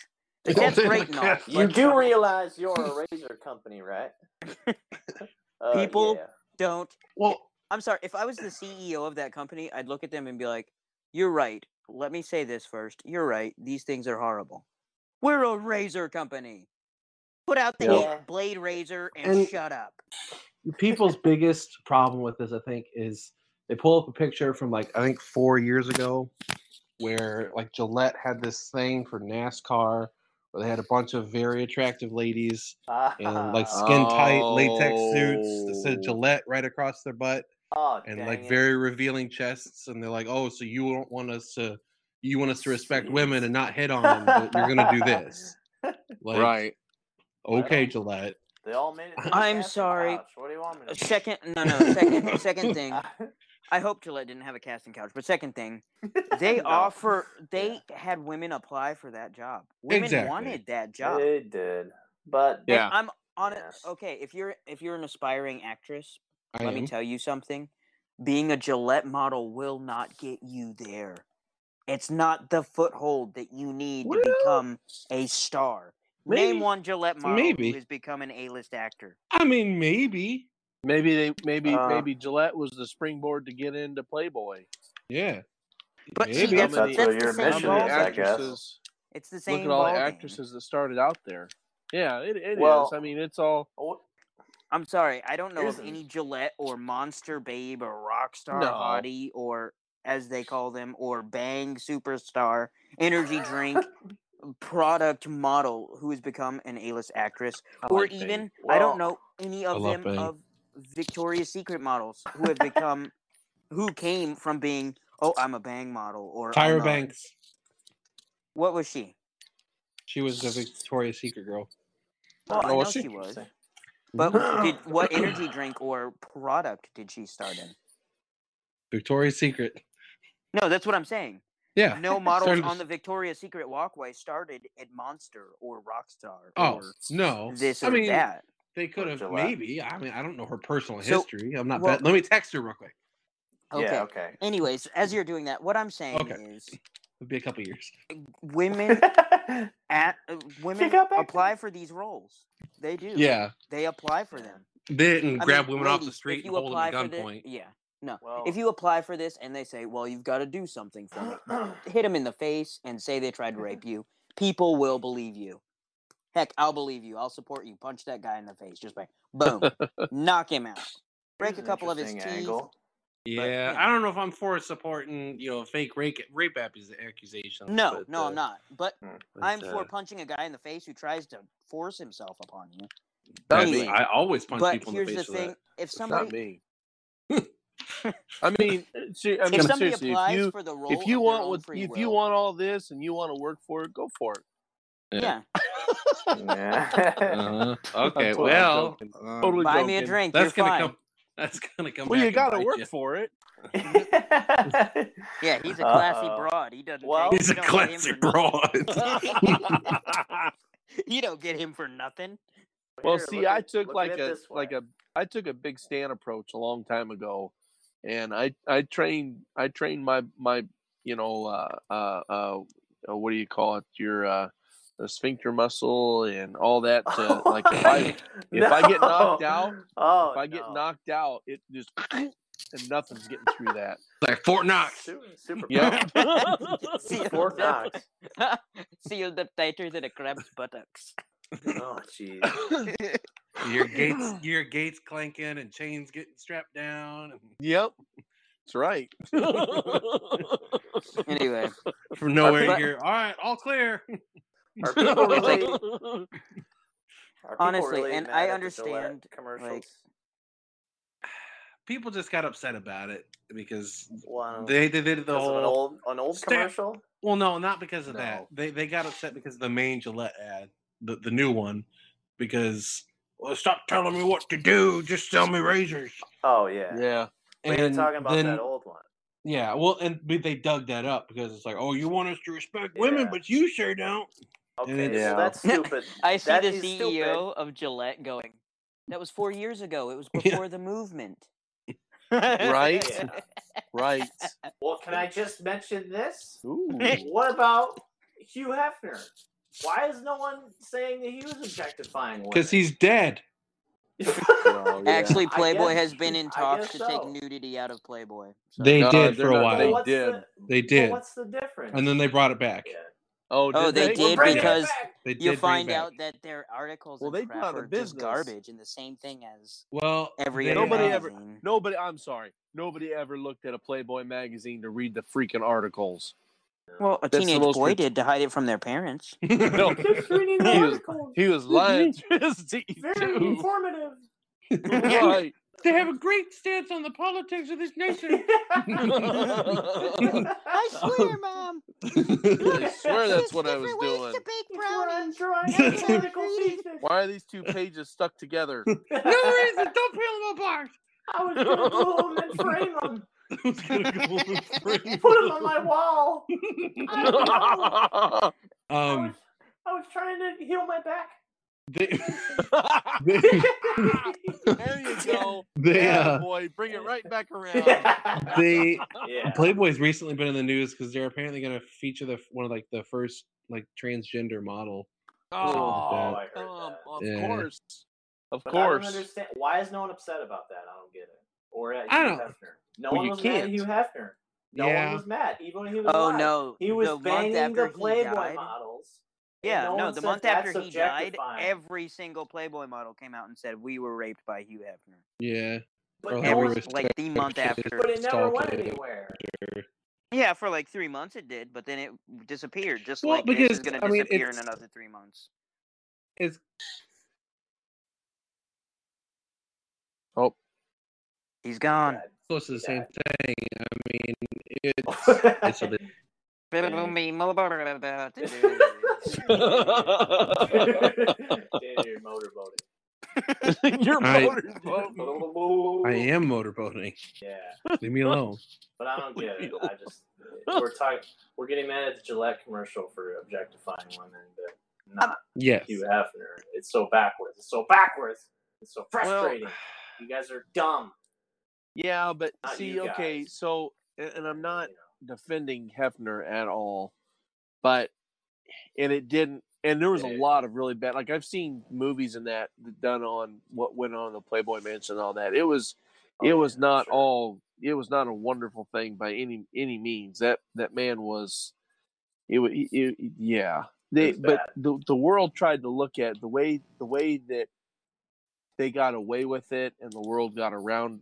The
Don't
cat's
say the
great and all,
cat-
You
but
do realize you're a razor company, right? Uh,
People-
yeah.
don't
Well,
I'm sorry. If I was the CEO of that company, I'd look at them and be like, "You're right. Let me say this first. You're right. These things are horrible. We're a razor company. Put out the
Yeah.
heat blade razor and,
And-
shut up."
people's biggest problem with this, I think, is they pull up a picture from like I think four years ago, where like Gillette had this thing for NASCAR
where they had a bunch of very attractive ladies
Ah,
in like skin tight latex suits that said
Oh.
Gillette right across their butt
Oh,
and
dang
like
it.
very revealing chests. And they're like, "Oh, so you don't want us to, you want us to respect women and not hit on them, but you're gonna do this, like,
right.
Okay, Gillette.
They all made it. to the
I'm
casting
sorry.
couch. What do you want me
Uh,
to do?
Second, no, no. Second, second thing.
I
I hope Gillette didn't have a casting couch. But second thing, they
No.
offer. They had women apply for that job. Women
Exactly.
wanted that job.
They did, but
And
Yeah.
I'm on it.
Yes.
Okay, if you're if you're an aspiring actress,
I
let
am.
me tell you something. Being a Gillette model will not get you there. It's not the foothold that you need
Well,
to become a star.
maybe.
Name one Gillette model
Maybe.
who has become an A-list actor.
I mean, maybe.
Maybe they maybe
Uh.
maybe Gillette was the springboard to get into Playboy.
Yeah.
But
Maybe.
see, that's,
That's what
that's, the
uh, your
How
same
mission is,
many
ball.
I guess.
actresses?
It's the
Look
same
at all the
ball game.
actresses that started out there. Yeah, it, it is.
Well-
I mean, it's all
Oh,
I'm sorry, I don't know
Here's
of
the-
any Gillette or Monster Babe or Rockstar
No.
Hottie or as they call them or Bang Superstar Energy Drink product model who has become an A-list actress or
like Bang.
even I don't
Well,
know any
I
of
love
them
Bang.
of Victoria's Secret models who have become who came from being oh I'm a Bang model or I'm
Tyra
a-
Banks.
What was she?
She was the Victoria's Secret girl.
Well, I
Oh, was she?
know she was.
Interesting.
But did what energy drink or product did she start in?
Victoria's Secret.
No, that's what I'm saying.
Yeah.
no models
Started-
on the Victoria's Secret walkway started at Monster or Rockstar
Oh
or
no!
this or
I mean,
that.
they could have
Gillette.
maybe. I mean, I don't know her personal
So,
history. I'm not.
well-
bet- Let me text her real quick.
Okay.
yeah, okay.
Anyways, as you're doing that, what I'm saying
Okay.
is
It'll be a couple years.
women at uh, women
got back to
apply for these roles. They do.
Yeah,
They apply for them.
they didn't
I
grab
mean,
women off
ladies,
the
if
street
you
and hold them
apply
at
for thi-
gunpoint.
yeah. No.
Well-
if you apply for this and they say, "Well, you've got to do something for me." hit them in the face and say they
Mm-hmm.
tried to rape you, people will believe you. Heck, I'll believe you. I'll support you. Punch that guy in the face. Just like boom, knock him out. Break
Here's
a
an
couple of his
interesting
teeth.
angle.
yeah,
you
I don't know if I'm for supporting you know fake rape rape accus- accusations.
No,
but,
no,
uh,
I'm not. But
Hmm.
but,
I'm for
uh,
punching a guy in the face who tries to force himself upon you.
that's-
Anyway,
I always punch
but
people in the face
here's the,
for that.
thing: if
It's not
somebody,
me. I mean, ser- I mean
if somebody
seriously, if
applies
you
for the role,
if you
of their
want
own
what
free
if
will,
you want all this and you want to work for it, go for it.
yeah,
Yeah.
Uh-huh. Okay,
I'm totally
well,
joking.
um,
Totally
buy me a
joking.
drink.
that's
you're
gonna
fine.
come. That's gonna come.
Well,
back
you
and
got to
bite
work
ya.
for it.
Uh-huh.
Yeah, he's a classy
Uh-oh.
broad. He doesn't.
Well-
take-
He's
you
a classy
don't get him for nothing.
broad.
you don't get him for nothing.
Well,
Here,
see,
look
I
at-
took
look
like
at it
a
this way.
like a I took a big stand approach a long time ago, and I I trained I trained my my you know uh uh, uh uh, what do you call it your uh the sphincter muscle and all that to,
Oh
like if I if I get knocked
No.
out,
oh,
if I get
no.
knocked out, it just and nothing's getting through that.
like Fort Knox.
Super, super
Yeah.
See you
Fort Knock.
Seal the tighter than a crab's buttocks.
Oh, jeez.
Your gates, your gates clanking and chains getting strapped down.
Yep, that's right.
Anyway,
From nowhere
people-
you hear, all right, all clear.
Are people really? Are people
Honestly,
really
and
mad
I
at the Gillette
understand, like,
commercials.
People just got upset about it because
Oh.
Wow.
they, they did the
Because of an
whole.
old, an old
Step.
commercial.
Well, no, not because of that.
Oh.
No.
They they got upset because of the main Gillette ad, the the new one, because well, stop telling me what to do. Just sell me razors.
Oh yeah.
Yeah,
We were talking about that old one.
yeah, well, and but they dug that up because it's like, oh, you want us to respect women,
Yeah.
but you sure don't. And
Okay,
it's-
well that's
Yeah.
stupid.
I see
That
the E
is
CEO
stupid.
of Gillette going. That was four years ago. It was
Yeah.
before the movement.
Right?
Yeah.
right.
Well, can I just mention this?
Ooh.
What about Hugh Hefner? Why is no one saying that he was objectifying women?
Because he's dead.
Oh, yeah.
Actually,
I guess-
Playboy has been in
I
talks
guess
to
so.
take nudity out of Playboy. So.
They
No,
did
they're
for a
not-
while.
they
But what's
did.
The,
They
but
did.
what's the difference?
and then they brought it back.
Yeah.
Oh,
Oh,
did
they
they
did
Bring it
because
back.
They did
You'll
bring
find
back.
out that their articles
Well,
and
they've
crap
gone out
are
of
just
business.
garbage and the same thing as
Well,
every
they,
other
Nobody ever-
magazine.
Nobody, I'm sorry. Nobody ever looked at a Playboy magazine to read the freaking articles.
Well, a
That's the
teenage
most
boy
ret-
did to hide it from their parents.
No.
Just reading the
He was-
article.
He was lying to his teeth,
Very
too.
informative.
Right.
They have a great stance on the politics of this nation.
I swear, mom.
I swear that's what I was doing.
bake
I'm trying
That's
political
greedy.
thesis.
Why are these two pages stuck together?
Don't peel them apart.
I was gonna glue them and frame them.
Put
Put them on my wall. I don't know.
They-
I was,
Um,
I was trying to heal my back.
they, they,
there you go.
they,
Yeah,
uh,
boy, bring it right back around.
yeah.
they,
Yeah.
Playboy's recently been in the news because they're apparently going to feature the one of like the first like transgender model.
Oh,
I heard
um,
that.
of
Yeah.
course, of
But I don't
course.
understand why is no one upset about that? I don't get it. Or at Hugh
I don't-
Hefner. No
Well,
one
you
was mad at
can't.
Hugh Hefner. No
Yeah.
one was mad, even when he was
Oh
alive.
no!
He was
the month
banging
after
the
he
Playboy
died-
models. and
Yeah,
no
no,
one
the
said
month
that's
after he died,
objectifying.
every single Playboy model came out and said we were raped by Hugh Hefner.
Yeah.
But
Or
no
however
one-
it's
Like the month after.
But it never went
Oh, stalking.
anywhere.
Yeah, for like three months it did, but then it disappeared. Just
Well,
like
because,
this is going
I
to
mean,
disappear in
it's-
another three months.
It's Oh.
He's gone.
close to the same thing. I mean, it's it's a bit.
Damn, you're motorboating.
Your
I-
motorboat.
I am motorboating.
Yeah,
Leave me alone.
but I don't get it. I just we're talking. We're getting mad at the Gillette commercial for objectifying women, but
Um,
not
Yes.
Hugh Hefner. It's so backwards. It's so backwards. It's so frustrating. you guys are dumb.
Yeah, but
Not
see,
you
okay,
guys.
so, and and I'm not
You know.
defending Hefner at all, but and it didn't. And there was a lot of really bad. Like I've seen movies in that done on what went on in the Playboy Mansion and all that. It was,
Oh,
it
yeah,
was not
sure.
all. It was not a wonderful thing by any any means. That that man was, it was, yeah. They
was
but
bad.
the the world tried to look at the way the way that they got away with it, and the world got around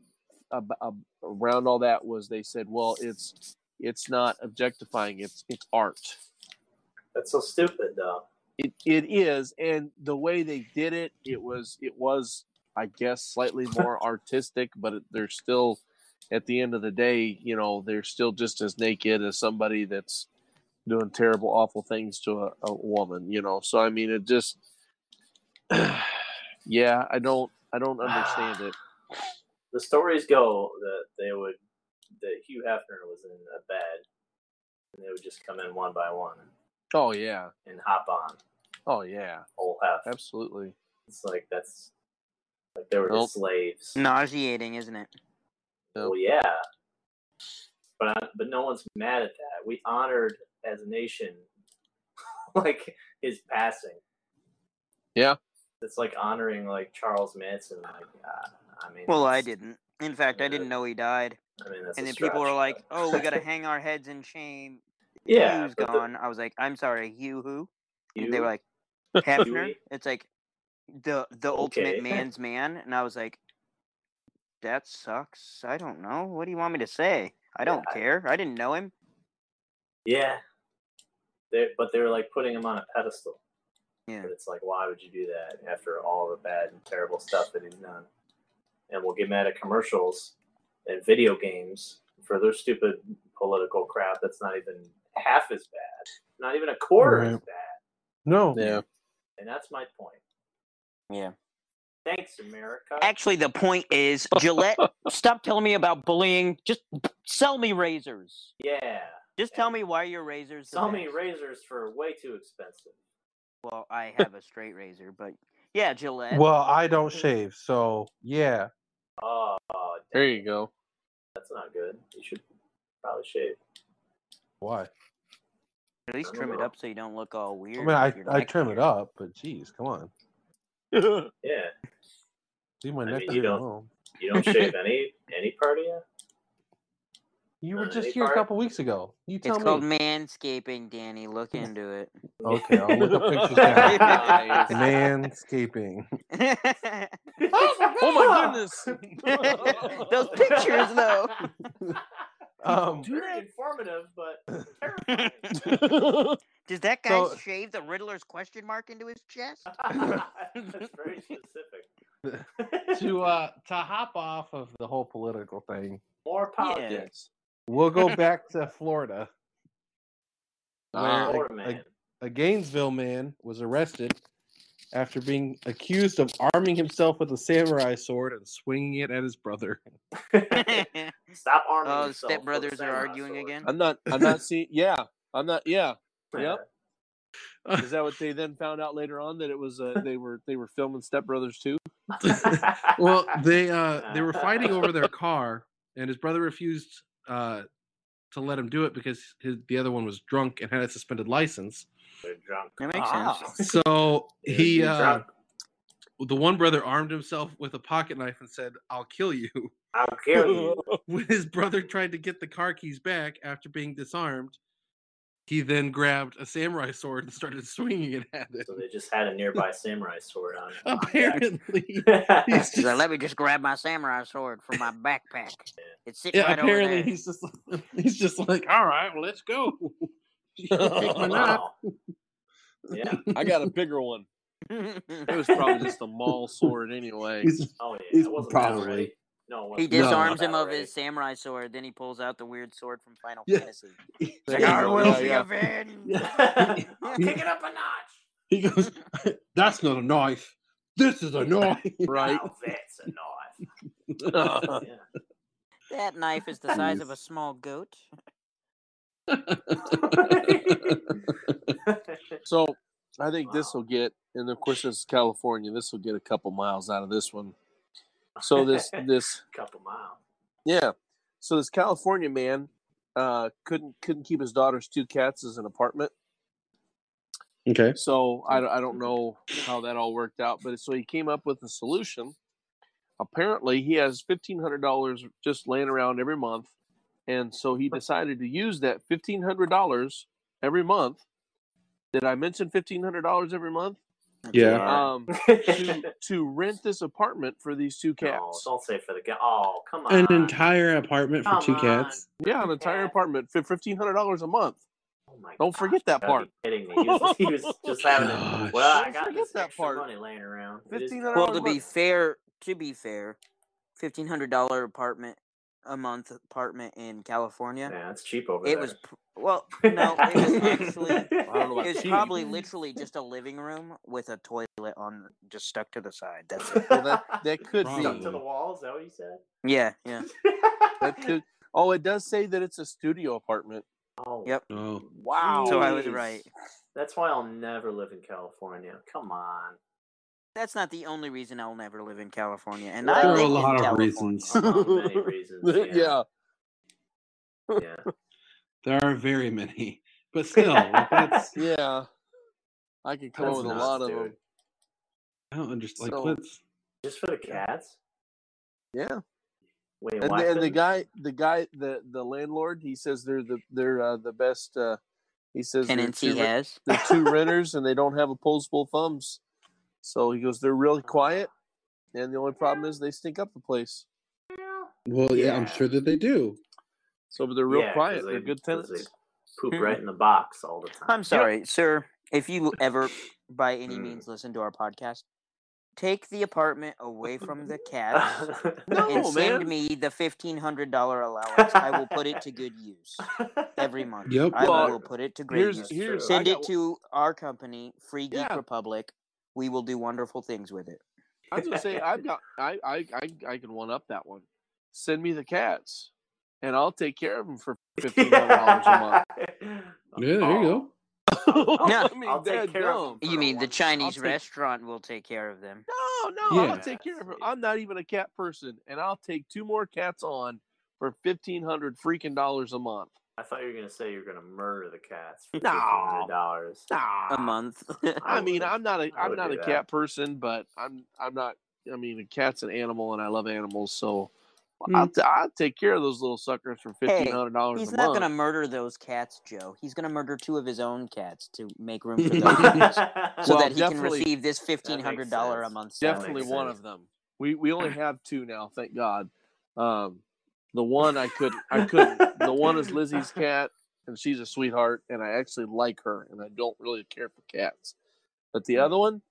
ab- ab- around all that was they said, well, it's it's not objectifying. It's it's art.
That's so stupid, though.
It it is, and the way they did it, it was it was, I guess, slightly more artistic, but it- they're still, at the end of the day, you know, they're still just as naked as somebody that's doing terrible, awful things to a, a woman, you know. So I mean, it just, yeah, I don't, I don't understand it.
The stories go that they would that Hugh Hefner was in a bed, and they would just come in one by one
Oh yeah,
and hop on
oh yeah,
old Hef.
absolutely.
It's like that's like they were
Nope.
just slaves.
Nauseating, isn't it?
Well, yeah, but I, but no one's mad at that. We honored as a nation, like his passing.
Yeah.
it's like honoring like Charles Manson. Like, uh, I mean,
Well, I
that's-
didn't. In fact, I didn't know he died.
I mean, that's a
And then people were
stretch,
like,
but-
"Oh, we got to hang our heads in shame."
yeah,
Hugh's
but the-
gone. I was like, "I'm sorry, Hugh who?" And they
you-
were like, "Hefner."
Huey?
It's like the the
Okay.
ultimate man's man, and I was like, "That sucks. I don't know. What do you want me to say? I don't
Yeah.
care. I didn't know him."
Yeah. They but they were like putting him on a pedestal.
Yeah.
But it's like, why would you do that after all the bad and terrible stuff that he's done? And we'll get mad at commercials and video games for their stupid political crap that's not even half as bad, not even a quarter as
Right.
bad.
No.
Yeah,
And that's my point.
Yeah.
Thanks, America.
Actually, the point is, Gillette, stop telling me about bullying. Just sell me razors.
yeah.
Just tell me why your razors. the
So many
best.
razors for way too expensive.
Well, I have a straight razor, but yeah, Gillette.
Well, I don't shave, so yeah.
Oh,
there you go.
that's not good. You should probably shave.
Why?
At least trim it up so you don't look all weird.
I mean, I,
with your
I
neck
trim it
beard.
up, but geez, come on.
Yeah.
Leave my
I
neck
mean, you
beard
don't-
alone.
You don't shave any any part of you?
You were
Uh,
just
any
here a
part?
couple weeks ago. You
It's
tell me.
called manscaping, Danny. Look into it.
Okay, I'll look up pictures now.
Nice.
Manscaping.
Oh my goodness.
Those pictures, though.
Um,
Very informative, but terrifying.
Does that guy
So-
shave the Riddler's question mark into his chest?
That's very specific.
to uh, to hop off of the whole political thing,
More politics.
we'll go back to Florida.
Ah.
Where
Florida
a-
man.
a Gainesville man was arrested after being accused of arming himself with a samurai sword and swinging it at his brother.
Stop arming
oh,
yourself
the
with a
Oh, stepbrothers are
samurai
arguing
sword.
again.
I'm not. I'm not seeing. Yeah, I'm not. Yeah, Yep. is that what they then found out later on that it was uh, they were they were filming Step Brothers too?
Well, they uh, they were fighting over their car, and his brother refused uh, to let him do it because his, the other one was drunk and had a suspended license.
They're drunk. Ah.
That makes sense.
So
They're
he,
too
uh,
drunk.
the one brother, armed himself with a pocket knife and said, "I'll kill you."
I'll kill you.
When his brother tried to get the car keys back after being disarmed, he then grabbed a samurai sword and started swinging it at it.
So they just had a nearby samurai sword on. on deck.
Apparently, he's
He's like,
just,
let me just grab my samurai sword from my backpack. It's sitting
yeah,
right
apparently
over there.
he's just he's just like, all right, well, let's go. You Take my knife.
Wow. Yeah.
I got a bigger one. It was probably just a mall sword anyway.
He's-
Oh yeah.
He's
it wasn't
probably-
that already. No, it
he
wasn't that
disarms
already.
him of his samurai sword, then he pulls out the weird sword from Final
Yeah.
Fantasy. He's
There
like,
you
I
go.
will
Yeah,
be
yeah.
avenged.
I'll kick it up a notch.
He goes, "That's not a knife. This is a knife."
Right.
Now that's a knife. Yeah.
That knife is the size of a small goat.
So I think this will get, and of course this is California. This will get a couple miles out of this one. So this this
Couple miles.
yeah. So this California man uh, couldn't couldn't keep his daughter's two cats as an apartment.
okay.
So I, don't- I don't know how that all worked out, but so he came up with a solution. Apparently, he has fifteen hundred dollars just laying around every month, and so he decided to use that fifteen hundred dollars every month. Did I mention fifteen hundred dollars every month?
Yeah.
Uh,
Um,
no,
to, to rent this apartment for these two cats.
Oh, don't say for the guy. Oh, come on.
An entire apartment for
Come
two
on.
cats.
yeah, an entire
cats.
apartment for fifteen hundred dollars a month.
Oh my
Don't
gosh,
forget
you
that
gotta
part.
be Kidding me. He was, he was just having
Gosh.
it. Well, I
Don't
got
forget
this
that
extra
part.
money laying around. It is-
Fifteen hundred
Well, to
dollars.
be fair, to be fair, fifteen hundred dollar apartment a month apartment in California.
Yeah, it's cheap over
It
there.
was pr- well, no, it was actually
I don't know about
It's
cheap.
probably literally just a living room with a toilet on just stuck to the side. That's it.
Well, that that could
stuck
be.
to the wall. Is that what you said?
Yeah, yeah.
That could. Oh, it does say that it's a studio apartment.
Oh,
Yep.
Oh,
Wow.
So I was
jeez.
right.
That's why I'll never live in California. Come on.
That's not the only reason I'll never live in California. And
There
I
are a
live
lot
in
of
California.
reasons.
Among many reasons.
yeah.
Yeah. Yeah.
there are very many, but still, like, that's
Yeah. I could come up
That's
with a
nuts,
lot of
dude.
them.
I don't understand. Like,
So-
what's
Just for the cats?
Yeah.
Wait,
And,
why?
the, and the
couldn't-
guy, the guy, the the landlord, he says they're the they're uh, the best. Uh, he says they're
Tenants
two
he
re-
has.
they're two renters and they don't have opposable thumbs. So he goes, they're really quiet, and the only problem is they stink up the place.
well? Yeah, I'm
Yeah.
sure that they do.
So but they're real
Yeah, 'cause
quiet. They're
they-
good
'cause
tenants.
They poop
Hmm.
right in the box all the time.
I'm sorry, sir. If you ever, by any
Mm.
means, listen to our podcast, take the apartment away from the cats and
No,
send
man.
me the fifteen hundred dollar allowance. I will put it to good use every month.
Yep.
I
Well,
will put it to great
Here's
use.
That's
here's
true.
Send
I
it
got-
to our company, Free Geek
Yeah.
Republic. We will do wonderful things with it.
I was gonna say I've got I I I, I can one up that one. Send me the cats, and I'll take care of them for fifteen hundred dollars a month.
Yeah, there you go.
No.
I mean,
I'll take care of
dadgum.
them.
You mean the Chinese
take-
restaurant will take care of them?
No, no,
Yeah.
I'll take care of them.
That's it.
I'm not even a cat person, and I'll take two more cats on for fifteen hundred freaking dollars a month.
I thought you were gonna say you were gonna murder the cats for
No.
fifteen hundred dollars.
A month.
I mean,
would've-
I'm not a
Oh, I
I'm
would
not
do
a
that.
cat person, but I'm I'm not. I mean, a cat's an animal, and I love animals, so I'll, t- I'll take care of those little suckers for fifteen hundred dollars
He's
a
not
month.
going to murder those cats, Joe. He's going to murder two of his own cats to make room for those cats, so
Well,
that he can
definitely-
receive this fifteen
makes
hundred dollar a
sense.
month. salary.
Definitely
makes
one
sense.
of them. We we only have two now, thank God. Um, The one I could I couldn't. the one is Lizzie's cat, and she's a sweetheart, and I actually like her, and I don't really care for cats. But the other one,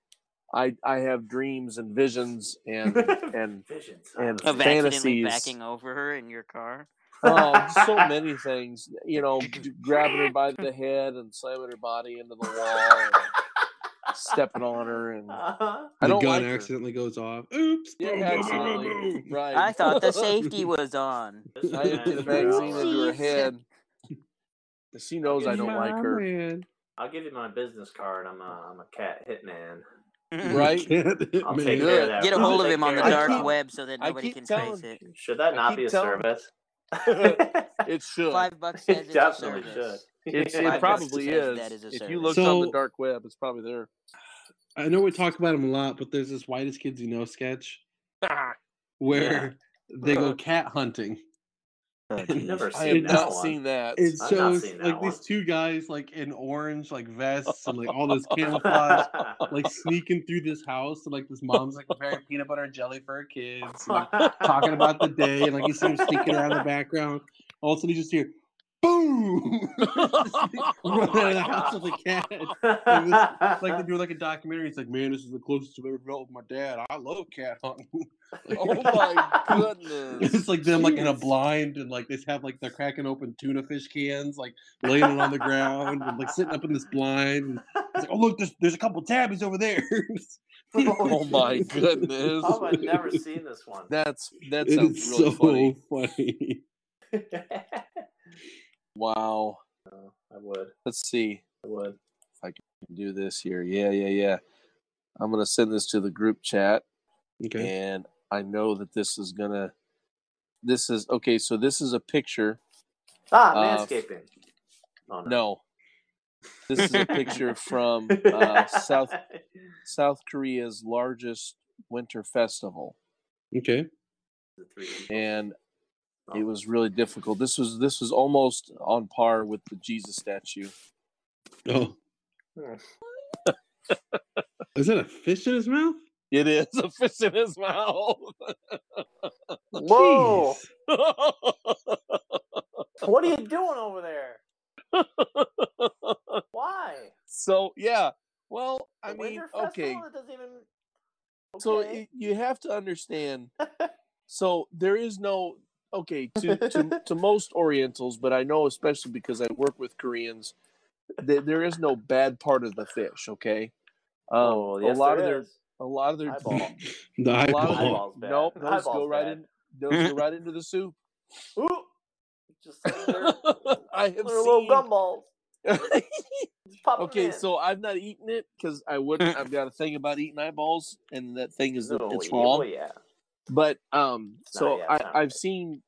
I I have dreams and visions and and
Visions.
and
Of accidentally
fantasies.
backing over her in your car.
Oh,
um,
so many things. You know, grabbing her by the head and slamming her body into the wall,
uh,
and stepping on her, and
Uh-huh.
I
the
don't
gun
like her.
accidentally goes off. Oops.
Yeah,
boom, boom, boom, boom,
accidentally.
boom.
Right.
I thought the safety was on.
This
I
went
emptied the
for an
magazine
hour.
into her
Jeez.
head. She knows I don't like her.
Man.
I'll give you my business card. I'm a, I'm a cat hitman.
Mm-hmm.
Right?
I'll
Man.
take care of
Good.
that.
Get a
I'll
hold of
take
him on the
care of
dark
that.
web so that
I
nobody
keep
can
telling-
trace it.
Should that
I
not
keep
be a
telling-
service?
It should.
Five bucks
It
says it's a
definitely
service.
It's,
Yeah.
it
Five bucks
probably
says
is.
that is a
if you look
service.
on the
So-
dark web, it's probably there.
I know we talk about him a lot, but there's this whitest kids you know sketch
Ah,
where they go cat hunting.
I've never
I
seen
have
It's-
that
not
one.
seen that.
It
I've not
shows
seen that
like
one.
these two guys like in orange like vests and like all this camouflage, like sneaking through this house and like this mom's like preparing peanut butter and jelly for her kids, and, like, talking about the day and like you see them sneaking around in the background. All of a sudden you just hear boom, Just, like, run out of the house with a cat. It's like they do like a documentary. It's like, man, this is the closest I've ever felt with my dad. I love cat hunting.
Oh my goodness.
it's like them like in a
Jeez.
blind and like they have like they're cracking open tuna fish cans, like laying it on the ground and like sitting up in this blind. And it's like, oh look, there's, there's a couple tabbies over there.
Oh my goodness.
Oh, I've never seen this one.
That's that
It
sounds
is
really
so
funny.
funny.
Wow.
Oh, I would.
Let's see.
I would.
Do this here. Yeah, yeah, yeah. I'm gonna send this to the group chat.
Okay.
and I know that this is gonna. This is okay. So this is a picture.
Ah,
Uh,
manscaping. Oh,
No, this is a picture from uh, South South Korea's largest winter festival,
Okay.
The three people.
and it was really difficult. This was this was almost on par with the Jesus statue.
Oh. Is that a fish in his mouth?
It is a fish in his mouth.
Whoa!
Jeez.
What are you doing over there? Why?
so yeah. Well, I
The
mean,
Winter
okay.
Festival? That doesn't even.
So
Okay.
y you have to understand. so there is no okay to, to to most Orientals, but I know especially because I work with Koreans, that there is no bad part of the fish. Okay, um,
oh, yes,
a
there
lot of their
is.
a lot of their
Eyeball.
The
a lot of their-
eyeball.
Eyeball's bad.
nope those go
Eyeball's
right
bad.
in those go right into the soup.
Ooh! Just like they're,
I have
they're little
seen.
gumballs. Just pop 'em
okay,
in.
so I've not eaten it because I would. I've got a thing about eating eyeballs, and that thing is that
No,
it's
yeah,
wrong.
well, yeah.
but um
Nah,
so
yeah,
i
it's not
i've
right.
seen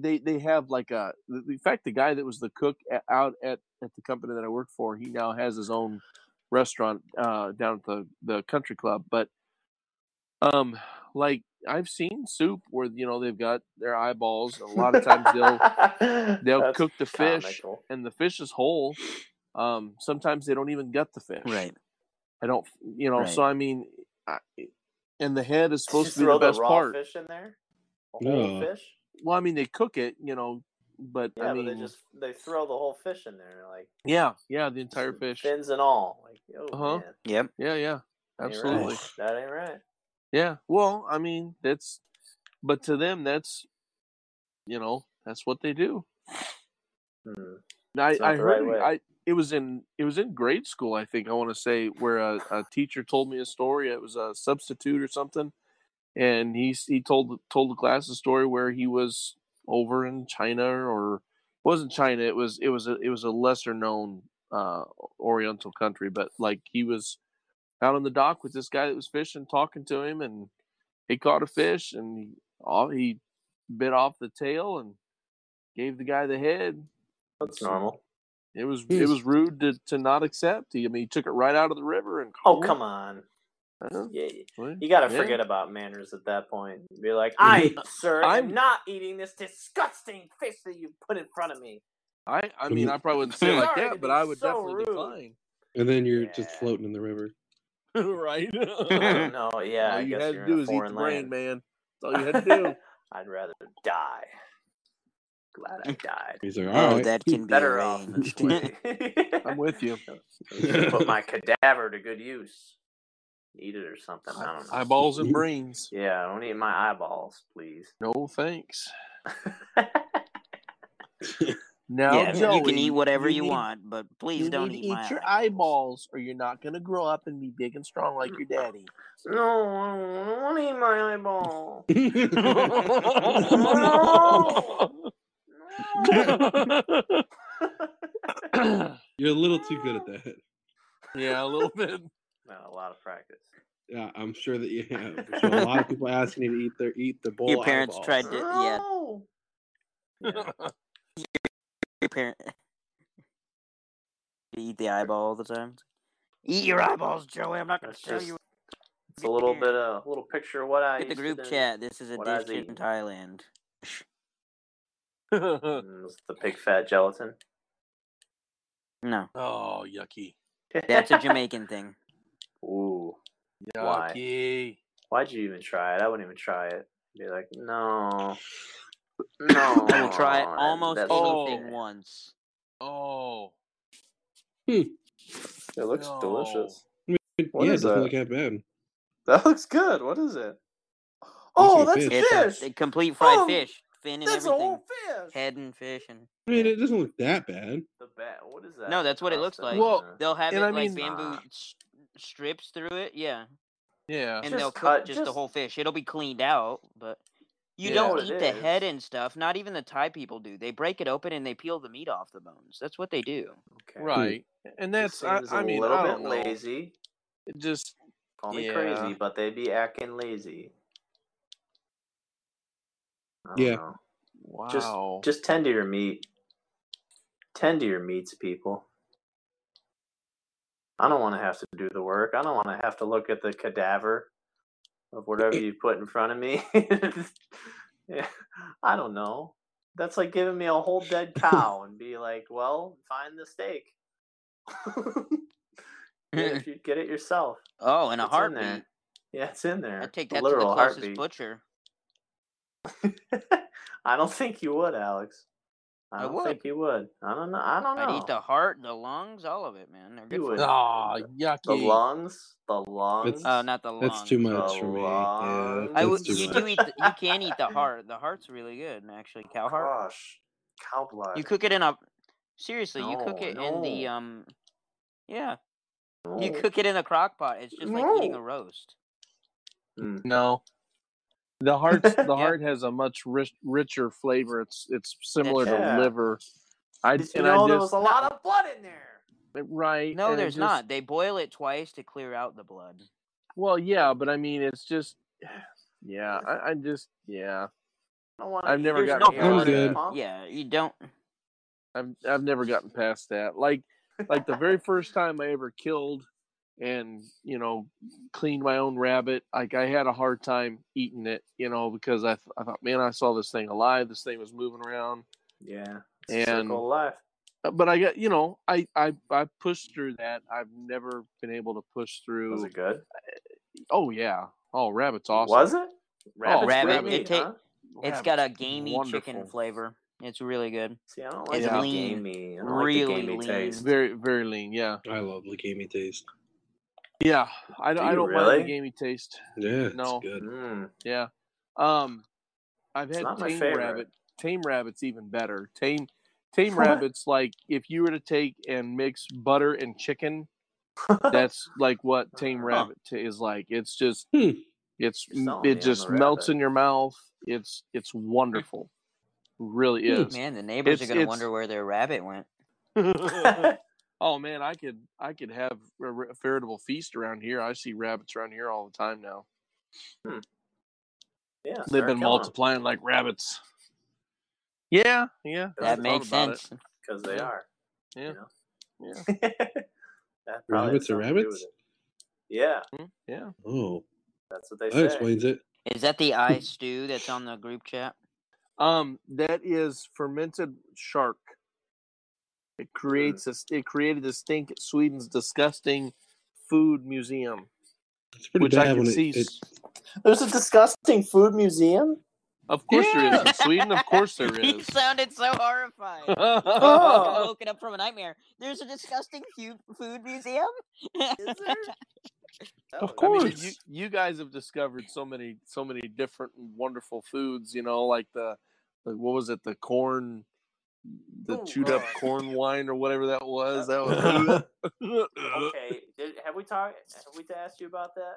they they have like a the- in fact the guy that was the cook a- out at at the company that i work for he now has his own restaurant uh down at the the country club but um like i've seen soup where you know they've got their eyeballs a lot of times they'll they'll
That's
cook the fish
comical.
and the fish is whole um sometimes they don't even gut the fish
Right.
i don't you know
Right.
so i mean I, and the head
Did you
is supposed to be
throw
the best
raw
part
fish in there? The whole
No.
fish?
well, I mean, they cook it, you know, but
Yeah,
I mean,
but they just they throw the whole fish in there, like
yeah, yeah, the entire fish.
fins and all. Like, oh
Uh-huh.
man,
Yep.
Yeah, yeah,
that ain't
absolutely.
right. that ain't right.
Yeah. Well, I mean, that's, but to them, that's, you know, that's what they do.
Hmm.
And I,
It's not
I
the
heard,
right way.
I, it was in, it was in grade school, I think. I want to say where a, a teacher told me a story. It was a substitute or something, and he s- he told told the class a story where he was over in China or it wasn't China. It was it was a it was a lesser known uh, Oriental country, but like he was out on the dock with this guy that was fishing, talking to him, and he caught a fish and he all, he bit off the tail and gave the guy the head.
That's normal.
It was it was rude to, to not accept. He, I mean, he took it right out of the river and
Oh come on,
Uh,
yeah,
well,
you gotta
yeah.
forget about manners at that point. Be like, I, sir,
I'm-
am not eating this disgusting fish that you put in front of me.
I I mean, I probably wouldn't say it like
Sorry to
that, but
be
I would
so
definitely
rude.
decline.
And then you're just
Yeah.
floating in the river.
right?
I don't know. Yeah,
All
I
you
guess
had
you're
to
in
do
a
is eat the
foreign
brain,
land.
man. That's all you had to do.
I'd rather die. Glad I died.
He's like, all
Oh,
right.
that can be
Better off
arranged.
this way.
I'm with you.
Put my cadaver to good use. Need it or something. I don't know.
Eyeballs and brains.
Yeah, I don't need my eyeballs, please.
No thanks. Now,
yeah,
Joey,
you can eat whatever you,
need-
want, but please
you
don't
need
eat,
to
my
eat your
eyeballs.
eyeballs, or you're not gonna grow up and be big and strong like your daddy.
no, I don't want to eat my eyeball. No.
You're a little too good at that.
yeah, a little bit.
No, a lot of practice.
Yeah, I'm sure that you have. So a lot of people asking you to eat their eat the bowl.
Your parents
eyeball.
tried to. Yeah,
No. Yeah.
your parent. you eat the eyeball all the time. Eat your eyeballs, Joey. I'm not going to
That's
tell
just
you.
it's a little bit of a little picture of what I
Get the
used to
group
do.
chat. This is a
what I
dish
was
in
eating.
Thailand.
Oh,
Mm, was the big fat gelatin.
No,
oh, yucky.
that's a Jamaican thing.
Ooh. Why?
Yucky.
Why'd you even try it? I wouldn't even try it. Be like, no. No.
I will try
that-
almost
that's not
anything
fair."
once.
Oh,
It looks
No.
delicious. What
yeah, it
is
doesn't
that?
look that bad.
That looks good. What is it?
like
Oh,
a
that's
fish.
It's a-
fish.
a, complete fried
Oh,
fish, fin and
That's a
everything,
whole fish.
head and fish, and
I mean, it doesn't look that bad.
The bat. What is that?
No, that's what it looks
Pasta?
like.
Well,
they'll have
And
it
I
like
mean-
bamboo s- strips through it. Yeah,
yeah.
and
Just
they'll cook
cut-
just, the
just-
whole fish. It'll be cleaned out, but you
Yeah.
don't
Know
eat
what
the
it
head
is.
and stuff. Not even the Thai people do. They break it open and they peel the meat off the bones. That's what they do.
Okay.
Right. And that's
Just
I,
seems
I mean
a little
I
bit
don't know.
lazy.
It just
Call me
Yeah.
crazy, but they be acting lazy. I don't
Yeah.
know. Just
wow.
just tend to your meat. Tend to your meats, people. I don't want to have to do the work. I don't want to have to look at the cadaver of whatever you put in front of me. Yeah, I don't know. That's like giving me a whole dead cow and be like, "Well, find the steak. get, it, you- get it yourself.
oh, and a
It's in
heartbeat.
there. Yeah, it's in there.
I take
A
that to the
literal
closest
heartbeat.
butcher.
I don't think you would, Alex. I
I
don't
would.
think you would. I don't know. I don't know.
I'd eat the heart, the lungs, all of it, man. They're good.
You
for
would.
you.
Ah,
the
yucky.
lungs, the lungs.
uh,
Oh, not the lungs.
That's too
the
much for me. Yeah,
lungs.
I
that's
would.
too
You
much.
do eat. The, you can eat the heart. The heart's really good, actually. Cow heart.
Gosh, cow blood.
You cook it in a seriously, you cook
No,
it in the
no.
um yeah.
no.
You cook it in a crock pot. It's just like eating a
No.
roast.
Mm.
No. The heart the
Yeah.
heart has a much rich, richer flavor. It's it's similar
Yeah.
to liver. I
Did you
and
know
I
there
just eh,
was a lot of blood in there?
right.
No,
and it
there's
just-
not. They boil it twice to clear out the blood.
Well, yeah, but I mean it's just yeah, I, I just yeah.
I don't wanna
I've
eat
never
your blood,
gotten
past I'm good.
huh?
Yeah, you don't
I've I've never gotten past that. Like like the very first time I ever killed and you know cleaned my own rabbit, like I had a hard time eating it, you know, because I th- I thought, man, I saw this thing alive. This thing was moving around,
Yeah. It's a
And-
circle of life.
Uh, but I got you know I I I pushed through that. I've never been able to push
Was
through.
it good?
Oh yeah, oh rabbit's awesome.
Was it?
Oh,
Rabbit's
rabbit,
great
it
meat,
ta-
huh?
it's got a
Rabbit's
gamey chicken
wonderful.
flavor. It's really good.
See, I don't like
It's
the
lean.
gamey. I don't like
Really
the gamey
lean.
taste.
Very very lean. Yeah
I love the gamey taste.
yeah. I,
Do
don't I
you
don't mind
really?
the gamey taste.
Yeah, it's
No.
good.
Mm,
Yeah. Um, I've
it's
had
not my
tame
favorite.
rabbit. Tame rabbit's even better. Tame tame
What?
rabbits like if you were to take and mix butter and chicken, that's like what tame
Huh.
rabbit t- is like. It's just
Hmm.
it's
You're selling me on
it
the
just melts
rabbit.
in your mouth. It's it's wonderful. Really
Hmm.
is.
Man, the neighbors
It's-
are gonna
it's-
wonder where their rabbit went.
oh man, I could I could have a re- veritable feast around here. I see rabbits around here all the time now.
yeah,
They've
start
been multiplying like rabbits. Yeah, yeah. I
That
thought
makes
about it.
sense.
because they
Yeah.
are.
Yeah.
You know?
Yeah.
that probably
Rabbits
has
are
something to do
rabbits?
with it. Yeah,
Hmm, Yeah.
Oh,
that's what they
that
say.
explains it.
Is that the eye stew that's on the group chat?
Um, that is fermented shark. It creates a, it created a stink at Sweden's disgusting food museum,
It's pretty
which
bad
I can
when it,
see.
it
s-
There's a disgusting food museum.
Of course there is
Yeah.
in Sweden. Of course there
he
is.
sounded so horrified.
oh.
I've woken up from a nightmare. There's a disgusting fu- food museum.
Is there? Oh,
I mean,
course.
you, you guys have discovered so many, so many different and wonderful foods. You know, like the, the what was it? The corn, the
Oh,
chewed up
God.
corn wine or whatever that was. That was.
That's
okay. Did, have we talked? Have we asked you about that?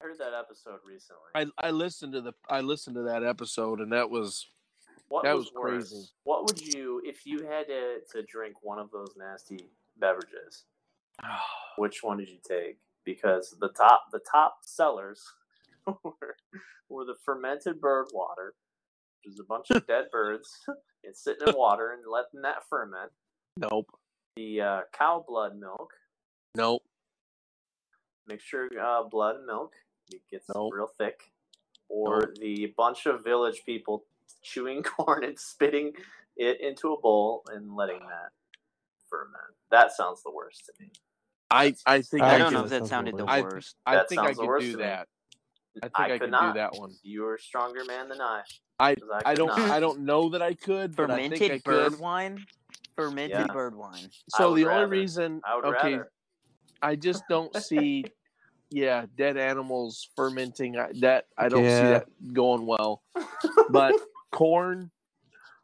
I heard that episode recently.
I, I listened to the I listened to that episode and that was
what
that
was,
was
worse?
crazy.
What would you, if you had to, to drink one of those nasty beverages? Which one did you take? Because the top the top sellers were, were the fermented bird water, which is a bunch of dead birds and sitting in water and letting that ferment.
nope
The uh, cow blood milk,
nope
mixture uh, blood and milk. It gets
Nope.
real thick. Or
Nope.
the bunch of village people chewing corn and spitting it into a bowl and letting that ferment. That sounds the worst to me.
I I think
I
I,
don't
can,
know
that
if that
sounds
sounded the
horrible.
worst.
I
That
think I
sounds the
can
worst
do
to me.
that. I think I,
could
can do
not.
that one.
You are a stronger man than I.
I
'cause I,
I
could
don't
Not.
I don't know that I could, but I think I could.
Fermented bird wine. Fermented
Yeah.
bird wine.
So
would
the
rather-
only reason
I would
okay,
rather.
I just don't see yeah, dead animals fermenting I, that I don't see
Yeah.
that going well. But corn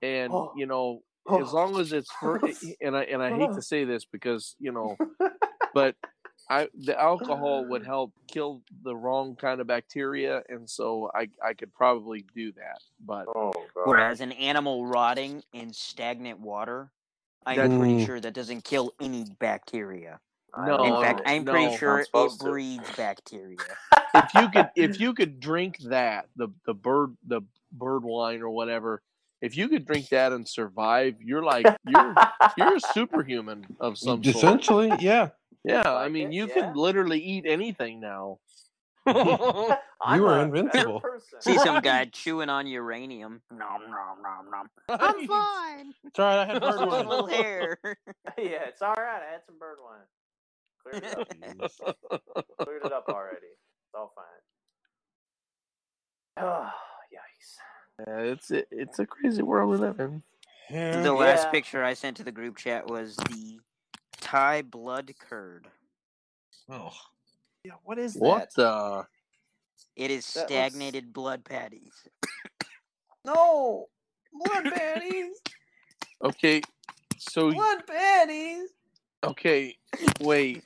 and
Oh. Oh.
you know as long as it's fer- and I and I hate to say this because, you know, but I the alcohol would help kill the wrong kind of bacteria and so I I could probably do that. But
Oh god.
Whereas an animal rotting in stagnant water, I'm
That-
Mm.
pretty sure that doesn't kill any bacteria.
I
No,
don't
In
Oh,
fact,
know.
I'm
no.
pretty
Not
sure it
supposed to.
breeds bacteria.
if you could if you could drink that the the bird the bird wine or whatever if you could drink that and survive you're like you're you're a superhuman of some sort
Essentially, yeah.
yeah i
Like
mean
it,
you
yeah.
can literally eat anything now
I'm
You are
a Better
invincible.
person.
See some guy chewing on uranium. Nom nom nom nom. I'm fine.
It's all right. I had bird
Just a
wine.
little hair.
yeah, it's all right. I had some bird wine. Cleared it up. Cleared it up already. It's all fine. Oh, yikes.
Yeah, it's it, it's a crazy world we live in
The last
Yeah.
picture I sent to the group chat was the Thai blood curd.
Oh.
Yeah, what is
what
that?
the
It is
That looks-
stagnated blood patties.
No! Blood patties!
okay so
Blood patties!
okay wait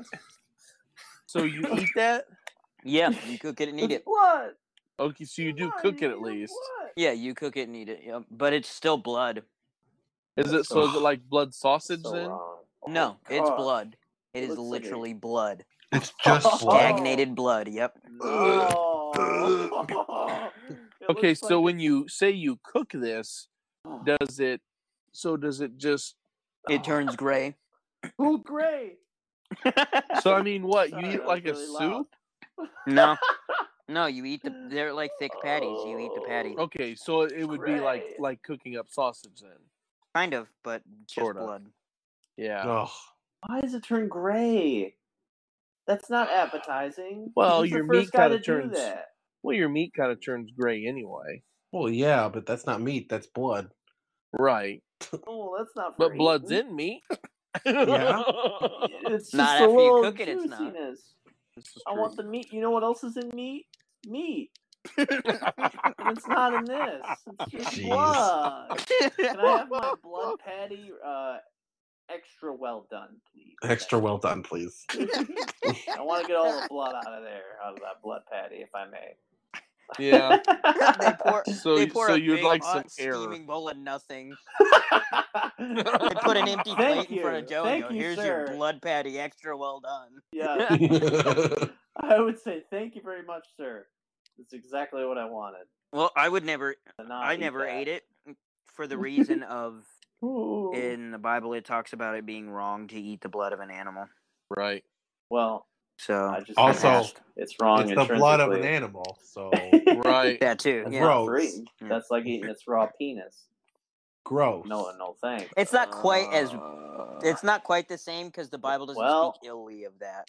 so you eat that
Yeah, you cook it and eat it.
Blood!
okay so you do
Blood,
cook it
need
at
a
least
blood.
Yeah, you cook it and eat it. Yep. But it's still blood.
is it so is it like blood sausage
So
then
wrong. Oh,
No, it's
God.
blood. It
It looks like
is
a- Oh.
literally blood.
It's just blood.
Stagnated blood, yep.
No. It
okay
looks
so
like Oh.
when you say you cook this does it so does it just
It turns gray.
Ooh, gray.
so i mean what you
Sorry,
eat
that
like a
was really loud.
soup
No. No, you eat the they're like thick patties. You eat the patty.
Oh.
okay so it would be like
Great.
like cooking up sausage then
Kind of, but just
Sorta.
blood.
yeah
Ugh.
Why does it turn gray? That's not appetizing.
Well,
Who's the
your
first
meat
guy
kinda
to
turns-
do that?
well your meat kind of turns gray anyway
Well, yeah, but that's not meat. That's blood.
right
Oh, that's not for
but blood's
eating.
in meat
Yeah.
It's just
Not
a
after you
little
cook it, it's not.
juiciness.
This is
I want
true.
the meat. You know what else is in meat? Meat. And it's not in this.
Oh,
It's just
Jeez.
blood. Can I have my blood patty uh, extra well done, please?
Extra well done, please.
I want to get all the blood out of there, out of that blood patty, if I may.
yeah
they pour
So-
they pour
so
a
you'd
big,
like some
hot,
air.
steaming bowl of nothing.
they
They put an empty
Thank
plate in front of
you.
Joe
Thank
and go,
you,
"Here's
sir."
your blood patty, extra well done."
Yeah, I would say thank you very much, sir. That's exactly what I wanted.
Well, I would never.
And not
I
eat
never
that.
ate it mm, for the reason of
Ooh.
in the Bible it talks about it being wrong to eat the blood of an animal.
right
Well,
So
I just
Also,
passed. it's wrong.
it's the blood of an
intrinsically.
animal, so
right
that too.
That's
Yeah.
wrong.
Not for eating.
Yeah.
That's like eating its raw penis.
gross.
No, no, thanks.
It's not quite as
Uh,
it's not quite the same because the Bible doesn't
Well-
speak illy of that.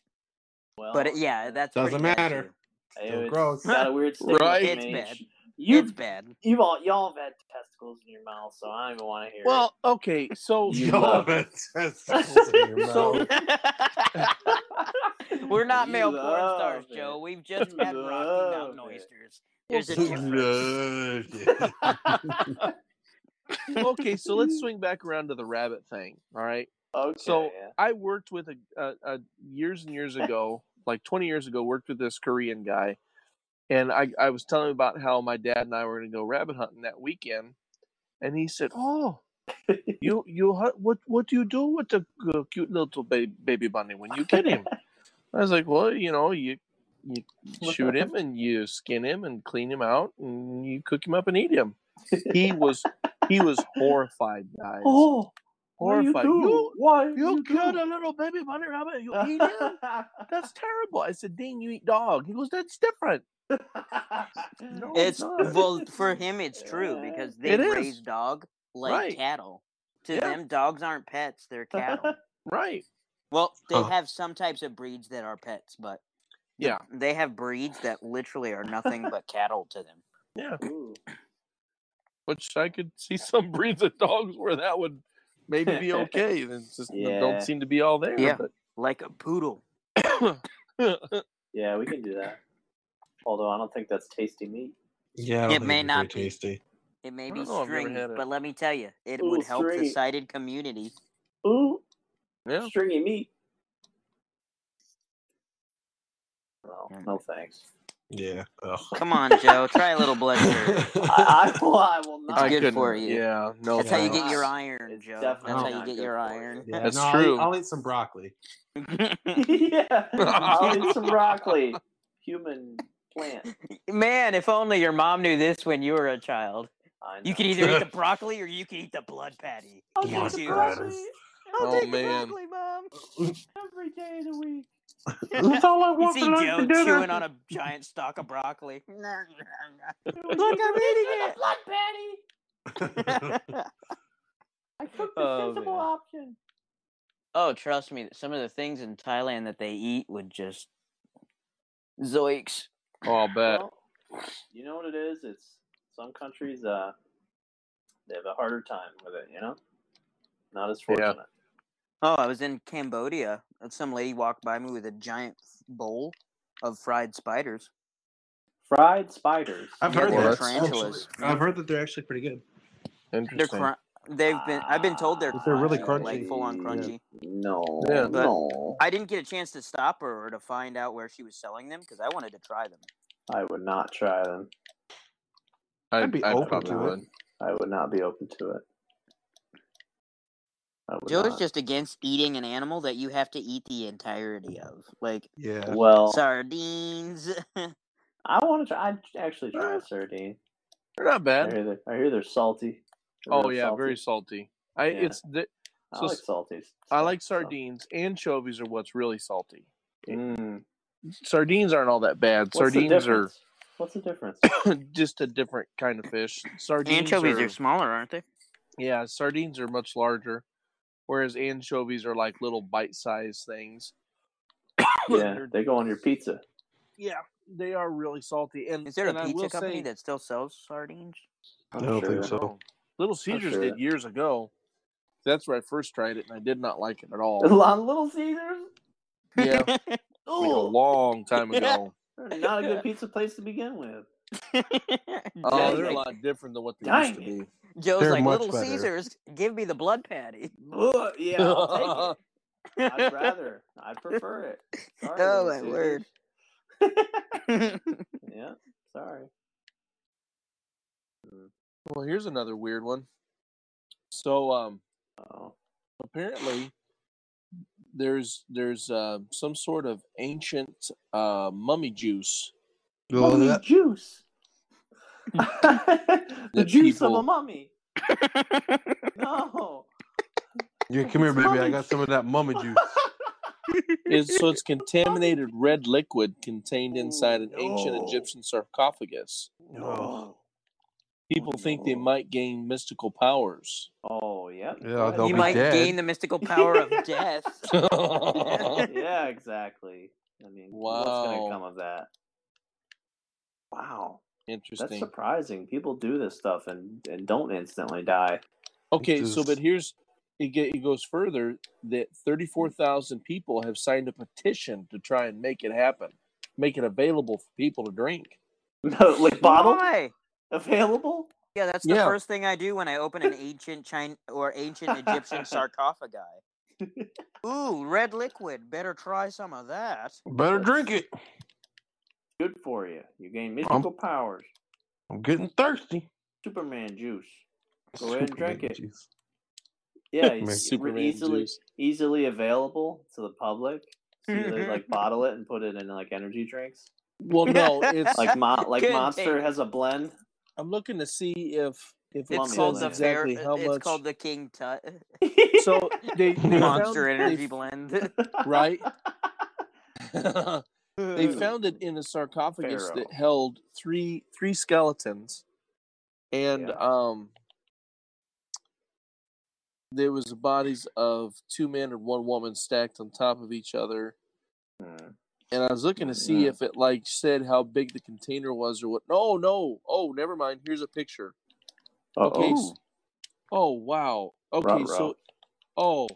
Well,
But it, yeah, that's
Doesn't
pretty bad,
matter.
too.
Ew, it's
gross.
Got a weird stigma
Right.
to
It's
me.
bad. It's
You've
bad.
you've all y'all have had testicles in your mouth, so I don't even want to hear.
Well, okay, so
Y'all have testicles in your mouth.
so
We're not
You
male porn
love
stars,
it.
Joe. We've just had Rocky
Love
Mountain
it.
oysters. There's a difference.
difference.
okay, so let's swing back around to the rabbit thing. All right.
okay,
so-
yeah.
I worked with a, a, a years and years ago, like 20 years ago, worked with this Korean guy. And I, I was telling him about how my dad and I were going to go rabbit hunting that weekend. And he said, Oh, you, you, hu- what, what do you do with the uh, cute little baby, baby bunny when you get him? I was like, Well, you know, you, you shoot him and you skin him and clean him out and you cook him up and eat him. He was, he was horrified, guys.
oh, what do you
horrified.
do?
You-
Why do?
you killed a little baby bunny rabbit. You eat him? That's terrible. I said, Dean, you eat dog. He goes, that's different. No,
It's
Oh, not.
well for him. It's true because they
It is.
raise dog like
Right.
cattle. To
Yeah.
them, dogs aren't pets; they're cattle.
Right.
well, they
Oh.
Huh.
have some types of breeds that are pets, but
Yeah.
they have breeds that literally are nothing but cattle to them.
Yeah.
Ooh.
Which I could see some breeds of dogs where that would maybe be okay. It's just they
Yeah.
don't seem to be all there.
Yeah.
but-
Like a poodle.
Yeah, we can do that. Although I don't think that's tasty meat.
yeah, I
It
don't think
may
it'd be
not
very
be.
tasty.
It
I
may
don't
be
know, I've never
stringy,
had it.
but let me tell you, it
Ooh,
would help
stringy.
the sighted community.
Ooh,
yeah.
stringy meat. No,
Mm.
no thanks.
Yeah. Ugh.
Come on, Joe. Try a little blood sugar.
I, I, will, I will
It's
not.
I
good
couldn't-
for you.
Yeah. No.
That's how you get your
Wow.
iron,
It's
Joe. That's
definitely
how
not
you get
good
your
for
iron.
yeah,
That's
no, I'll eat-
true.
I'll eat some broccoli.
yeah, I'll eat some broccoli. Human plant.
Man, if only your mom knew this when you were a child.
I know.
You could either eat the broccoli or you could eat the blood patty.
I'll
You
take the
Blood
choose.
patty.
broccoli
I'll Oh, take the man. broccoli,
mom.
every day of the week.
That's all I
You
want
see
for lunch
Joe
and dinner.
chewing on a giant stalk of broccoli. Look, I'm
Blood patty.
eating it.
I cooked the
Oh,
sensible
man.
option.
oh, trust me, some of the things in Thailand that they eat would just zoinks.
Oh, I'll bet.
Well, you know what it is? It's some countries uh they have a harder time with it, you know? Not as
Yeah.
fortunate.
Oh, I was in Cambodia. and Some lady walked by me with a giant bowl of fried spiders.
Fried spiders.
I've
Yeah,
heard
they're
Well,
that.
that's-
tarantulas.
actually. I've heard that they're actually pretty good.
They're
Interesting.
cr- They've been. I've been told they're
Ah,
They're really
crunchy, like
crunchy.
full on
yeah.
crunchy.
No.
Yeah.
But-
no.
I didn't get a chance to stop her or to find out where she was selling them because I wanted to try them.
I would not try them.
I,
I'd be
I
open
probably
to it.
would.
I would not be open to it. I would
Joe is
not.
just against eating an animal that you have to eat the entirety of, like
Yeah.
Well,
sardines.
I want to try. I'd actually try a sardine.
They're not
I
bad.
hear they're, I hear they're salty. They're
Oh
real
yeah, very salty. I
Yeah.
it's the,
I
so
like
s-
salty.
I
stuff,
like
so.
sardines. Anchovies are what's really salty.
Mm.
Sardines aren't all that bad.
What's the
sardines are
difference? What's the difference?
just a different kind of fish. Sardines
Anchovies
are,
are smaller, aren't they?
yeah, sardines are much larger, whereas anchovies are like little bite-sized things.
yeah,
They're-
they go on your pizza.
yeah, they are really salty. And
Is there a
and I
pizza
will
company
say-
that still sells sardines?
I
I'm
don't
sure.
think so.
No. Little Caesars
sure.
did years ago. That's where I first tried it, and I did not like it at
A
all.
lot of Little Caesars.
Yeah, like a
Oh,
long time ago.
not a good pizza place to begin with.
Oh, they're a
Dang.
lot different than what they used to
Dang.
be.
Joe's
They're
like
much
Little
better.
Caesars. Give me the blood patty.
Ugh, yeah, I'll take it. I'd rather. I'd prefer it. Sorry,
Oh,
Little
my word.
Caesars. yeah, sorry.
Well, here's another weird one. So, um,
Oh,
apparently, there's there's uh, some sort of ancient uh, mummy juice.
Well,
mummy
that-
Oh, juice. the
That
juice of
people-
a mummy. No.
yeah, come here,
It's
baby. I
mummy.
got some of that mummy juice.
It's, so it's contaminated red liquid contained inside an ancient
Oh, no.
Egyptian sarcophagus.
no.
People think they
no.
might gain mystical powers.
Oh, yep.
Yeah,
go ahead.
they'll
you
be
might
dead.
gain the mystical power of death.
yeah, exactly. I mean, what's going
Wow.
to come of that? Wow.
Interesting.
That's surprising. People do this stuff and, and don't instantly die.
Okay,
This
so
is-
but here's it, ge- it goes further that 34,000 people have signed a petition to try and make it happen, make it available for people to drink.
No, like bottle
Why?
available.
Yeah, that's the
Yeah.
first thing I do when I open an ancient China or ancient Egyptian sarcophagi. Ooh, red liquid. Better try some of that.
Better drink it.
Good for you. You gain mystical powers.
I'm getting thirsty.
Superman juice. Go ahead and drink
Superman
it.
juice.
Yeah, it's
Superman
easily
juice.
easily available to the public. So they like bottle it and put it in like energy drinks.
Well, no, it's
Like mo- like
Container.
Monster has a blend.
I'm looking to see if if
Well,
It's
I'm
it
called
says
the
saying
exactly
fair.
how
it's
much.
called the King Tut
so they, they
Monster
found,
Energy
they-
Blend.
right? they found it in a sarcophagus
Pharaoh.
that held three three skeletons, and
Yeah.
um, there was the bodies of two men and one woman stacked on top of each other.
Hmm.
And I was looking to see
Mhm.
if it like said how big the container was or what. No, no. Oh, never mind. Here's a picture. Okay. s-
Uh-oh.
Oh wow. Okay, so
Ruh-roh.
oh,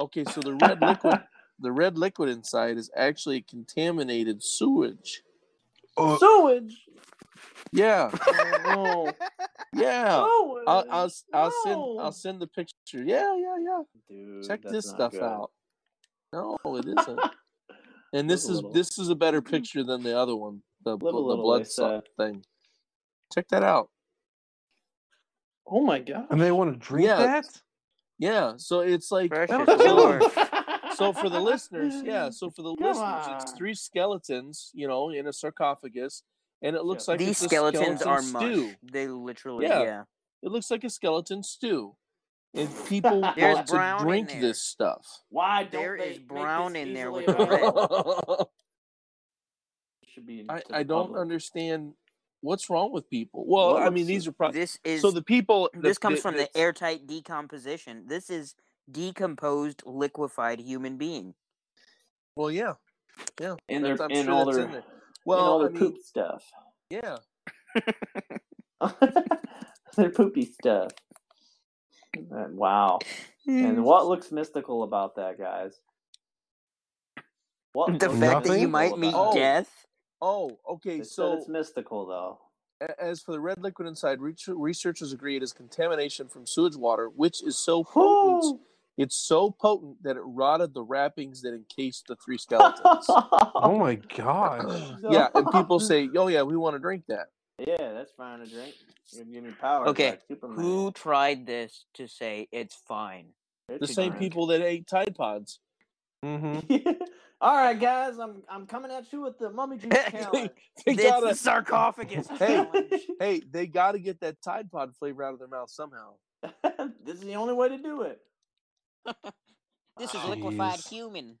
okay, so the red liquid, the red liquid inside is actually contaminated sewage.
sewage.
Yeah,
Oh,
yeah.
no.
Oh, I'll I'll, s- I'll
No.
send I'll send the picture. Yeah, yeah, yeah.
Dude,
Check
that's
this
not
stuff
good.
out. No, it isn't. And this
Live a
is
little.
this is a better picture than the other one, the
Live a
bl- the
little,
blood
they
suck thing. Check that out.
Oh my god.
And they want to drink
Yeah.
that?
Yeah, so it's like
Precious
That'll kill
Lord.
so for the listeners, yeah. So for the
Come
listeners, it's
on.
three skeletons, you know, in a sarcophagus, and it looks like
These
it's a
skeletons
skeleton
are mush.
stew.
They literally,
Yeah.
yeah.
It looks like a skeleton stew, and people
There's
want to
brown in
drink
there.
this stuff.
Why don't
There
they
is brown
make this
in there
easily
with the red.
available?
I,
It should be to
I
the
don't
public.
understand what's wrong with people. Well,
Well,
I mean,
it's-
these are probably
This is
so the people. that-
this comes
that-
from the
that's-
airtight decomposition. This is decomposed, liquefied human being.
Well, yeah, yeah.
And
that's-
their
I'm
and
sure
all
that's
their
in there.
and all
Well,
their
I mean,
poop stuff.
yeah.
their poopy stuff. Uh, Wow. And what looks mystical about that, guys? What
the
looks
fact that you
mystical
might meet
about it?
death.
Oh, okay.
They
so
said it's mystical though.
A- As for the red liquid inside, re- researchers agree it is contamination from sewage water, which is so potent.
Whew.
It's so potent that it rotted the wrappings that encased the three skeletons.
Oh my gosh.
yeah, and people say, "Oh yeah, we want to drink that."
Yeah, that's fine to drink. You give me powers
Okay,
like Superman.
Who tried this to say it's fine?
It's
The
a
same
drink.
people hmm? that ate Tide Pods.
Mm-hmm.
All right, guys, I'm I'm coming at you with the mummy juice challenge.
They
It's the
gotta,
sarcophagus
Hey.
challenge.
hey, they gotta get that Tide Pod flavor out of their mouth somehow.
this is the only way to do it.
This is
Wow.
liquefied
Jeez.
human.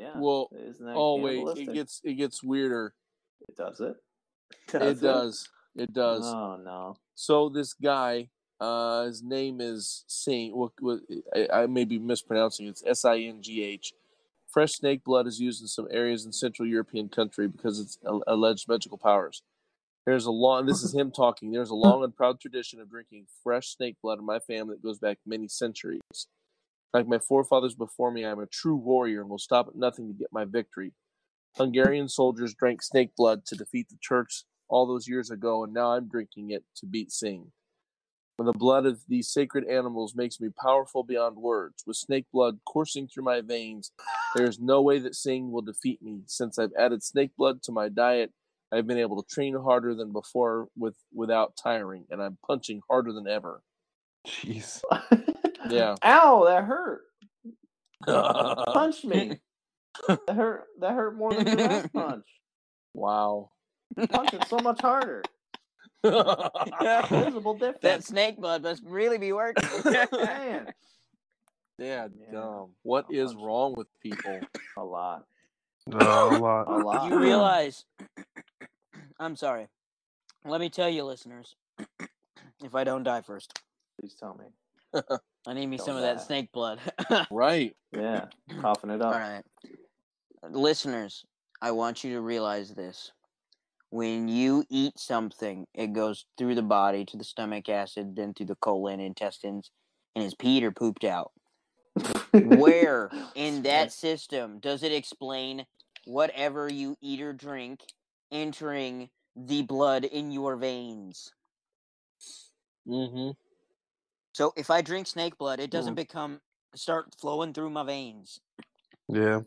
Yeah.
Well,
isn't that
oh wait, it
cannibalistic?
gets it gets weirder.
It does it.
it does. It does.
Oh no.
So this guy, uh, his name is Singh. What, what, I, I may be mispronouncing it. It's S I N G H. Fresh snake blood is used in some areas in Central European country because it's al- alleged magical powers. There's a long. This is him talking. There's a long and proud tradition of drinking fresh snake blood in my family that goes back many centuries. Like my forefathers before me, I am a true warrior and will stop at nothing to get my victory. Hungarian soldiers drank snake blood to defeat the Turks all those years ago, and now I'm drinking it to beat Sing. For the blood of these sacred animals makes me powerful beyond words. With snake blood coursing through my veins, there is no way that Sing will defeat me. Since I've added snake blood to my diet, I've been able to train harder than before with without tiring, and I'm punching harder than ever.
Jeez.
Yeah. Uh,
Ow, that hurt. Punch me. that hurt that hurt more than your last punch.
wow.
Punch it so much harder.
yeah,
Visible
That
difference.
snake blood must really be working.
Man.
dumb. What
I'll
is
punch.
wrong with people?
A lot.
Uh, a
A
lot.
lot.
you realize I'm sorry. Let me tell you listeners, if I don't die first,
Please tell me.
I need me
Don't
some of
die. Oh.
that snake blood.
Right.
Yeah. Coughing it up.
All right. Listeners, I want you to realize this. when you eat something, it goes through the body to the stomach acid, then through the colon, intestines, and is peed or pooped out. Where in that system does it explain whatever you eat or drink entering the blood in your veins?
Mm-hmm.
So if I drink snake blood, it doesn't become start flowing through my veins.
Yeah.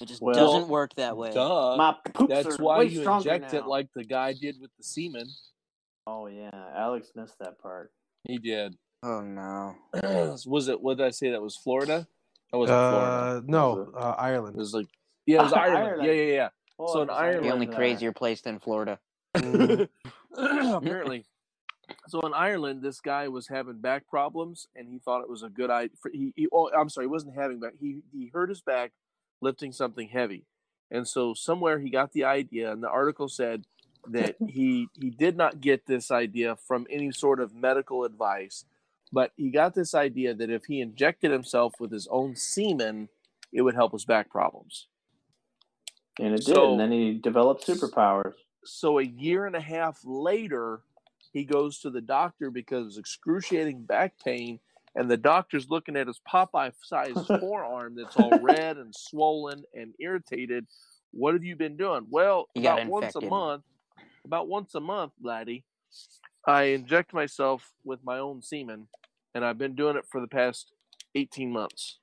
It just
Well,
doesn't work that way.
Duh.
My poops
That's
are
why
way
you
stronger
inject it
now.
like the guy did with the semen.
Oh yeah, Alex missed that part.
He did.
Oh no.
was it? What did I say? That was Florida. That wasn't Florida.
Uh, no,
It was,
uh,
a-
Ireland.
it was like yeah, it was Ireland.
Ireland.
Yeah, yeah, yeah.
Oh,
So in
it was
Ireland,
The only
uh,
crazier place than Florida.
Mhm.
apparently. So in Ireland, this guy was having back problems, and he thought it was a good idea. He, he oh, I'm sorry, he wasn't having back. He he hurt his back lifting something heavy, and so somewhere he got the idea, and the article said that he he did not get this idea from any sort of medical advice, but he got this idea that if he injected himself with his own semen, it would help his back problems.
and it did.
So-
and then he developed superpowers.
so a year and a half later he goes to the doctor because of excruciating back pain and the doctor's looking at his popeye sized forearm that's all red and swollen and irritated what have you been doing well
You got
about once a
infected.
month about once a month laddie i inject myself with my own semen and i've been doing it for the past 18 months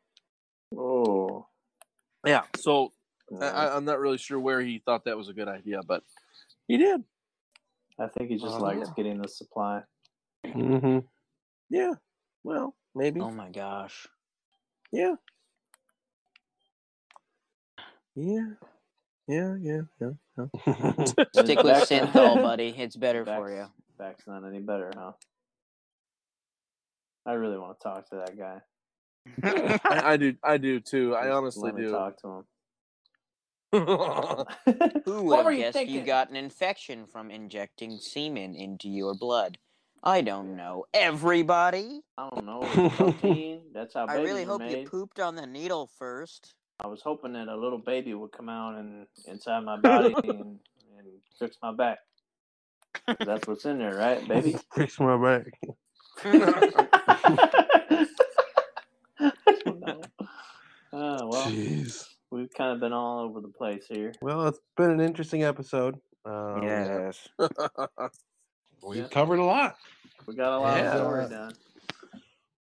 Oh,
yeah so I-
yeah.
Mm.
I, i'm not really sure where he thought that was a good idea but he did
I think he just
Uh-huh.
likes getting the supply.
Mhm.
yeah well maybe
Oh my gosh.
Yeah. Yeah. Yeah, yeah, yeah.
Stick with synthol, buddy. It's better
Back's,
for you.
back's not any better, huh? I really want to talk to that guy.
I, I do I do too. I
Just
honestly
let me
do.
talk to him.
Who would have guessed you got an infection from injecting semen into your blood? I don't know. Everybody?
I don't know. it's Protein. That's how
I
babies
really
are
hope
made.
you pooped on the needle first.
I was hoping that a little baby would come out and inside my body and, and fix my back. 'Cause That's what's in there, right, baby?
Fix my back.
no. Oh, well,
Jeez.
we've kind of been all over the place here.
Well, it's been an interesting episode. Um, We've
Yeah.
covered a lot.
We got a lot
Yeah.
of story done.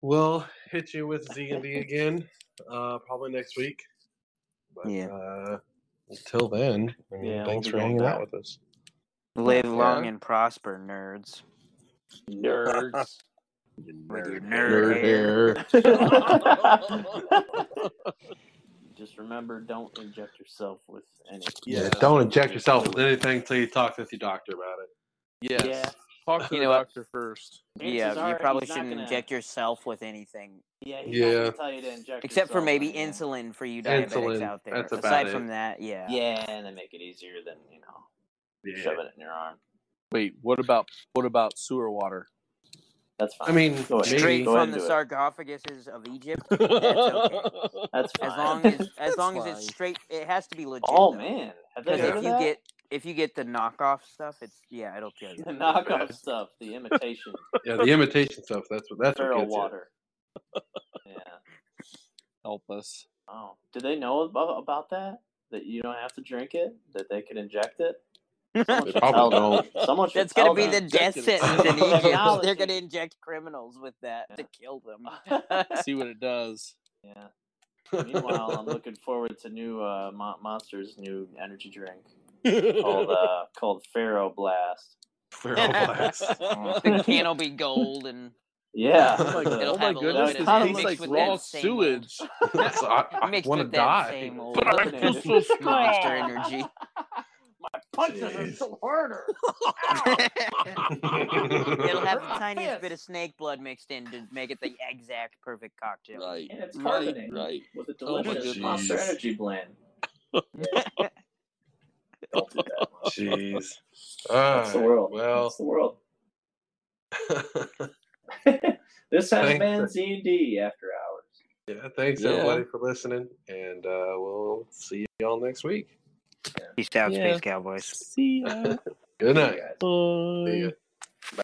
We'll hit you with Z and D again, uh, probably next week. But
Yeah.
uh, until then, I mean,
Yeah,
thanks
we'll be
for
going
hanging out
back.
with us.
Live
Yeah.
long and prosper, nerds.
Nerds.
With your nerd,
Nerd
hair.
hair.
Just remember, don't inject yourself with anything.
Yeah,
Yeah.
don't inject yourself with anything until you talk to your doctor about it.
Yes.
Yeah.
Talk to
You
the
know what?
doctor first.
Chances
Yeah,
are
you probably
he's not
shouldn't
gonna-
inject yourself with anything.
Yeah, he's not
Yeah.
gonna tell you to inject.
Except for
yourself
maybe
with anything.
insulin for you diabetics
Insulin,
out there.
that's about
Aside
it.
from that, yeah.
Yeah, and then make it easier than you know
Yeah.
shove it in your arm.
Wait, what about what about sewer water?
That's fine.
I mean,
Go ahead.
maybe.
Straight
Go ahead
from
and
the
do it.
sarcophaguses of Egypt. That's okay.
That's fine.
As long as as
That's
long as it's
fine.
straight, it has to be legit.
oh
though.
man, have they
because
heard
if
of
you
that?
get if you get the knockoff stuff, it's yeah, it'll kill you.
the knockoff stuff, the imitation
Yeah, the imitation stuff. That's what. That's what
feral
gets you.
water. Yeah.
Help us.
Oh, do they know about, about that? That you don't have to drink it. That they can inject it. Someone
They
should
probably
tell
don't.
them. Someone should
That's
tell
gonna be the
them.
death
Injected.
sentence in Egypt. They're
Technology.
gonna inject criminals with that to kill them.
See what it does.
yeah. Meanwhile, I'm looking forward to new uh, Mon- Monster's new energy drink called uh, called Pharaoh Blast.
Feral blast.
the can will be gold and
Yeah,
Oh my,
the-
It'll
oh my
have a little
goodness,
bit of
it
that
tastes
mixed
like
with
raw
that
same
sewage.
That's- I, I
mixed
want to
with that
die.
same old
But I
Doesn't
feel
it?
so
monster
strong.
energy.
My punches are
Jeez.
so harder.
It'll have the
Hurt my
tiniest bit of
fist.
snake blood mixed in to make it the exact perfect cocktail.
Right.
And it's
Right,
carbonated
right.
with a
Oh my
delicious
goodness.
Monster
Jeez.
Energy blend. Don't do that. Monster.
Jeez.
That's the
All right.
world.
Well,
That's the world. this has
Thanks.
been Z and D after hours.
yeah, thanks
Yeah.
everybody for listening, and uh, we'll see y'all next week.
Peace out,
Yeah.
Space Cowboys.
pues, See ya.
Good night.
Bye.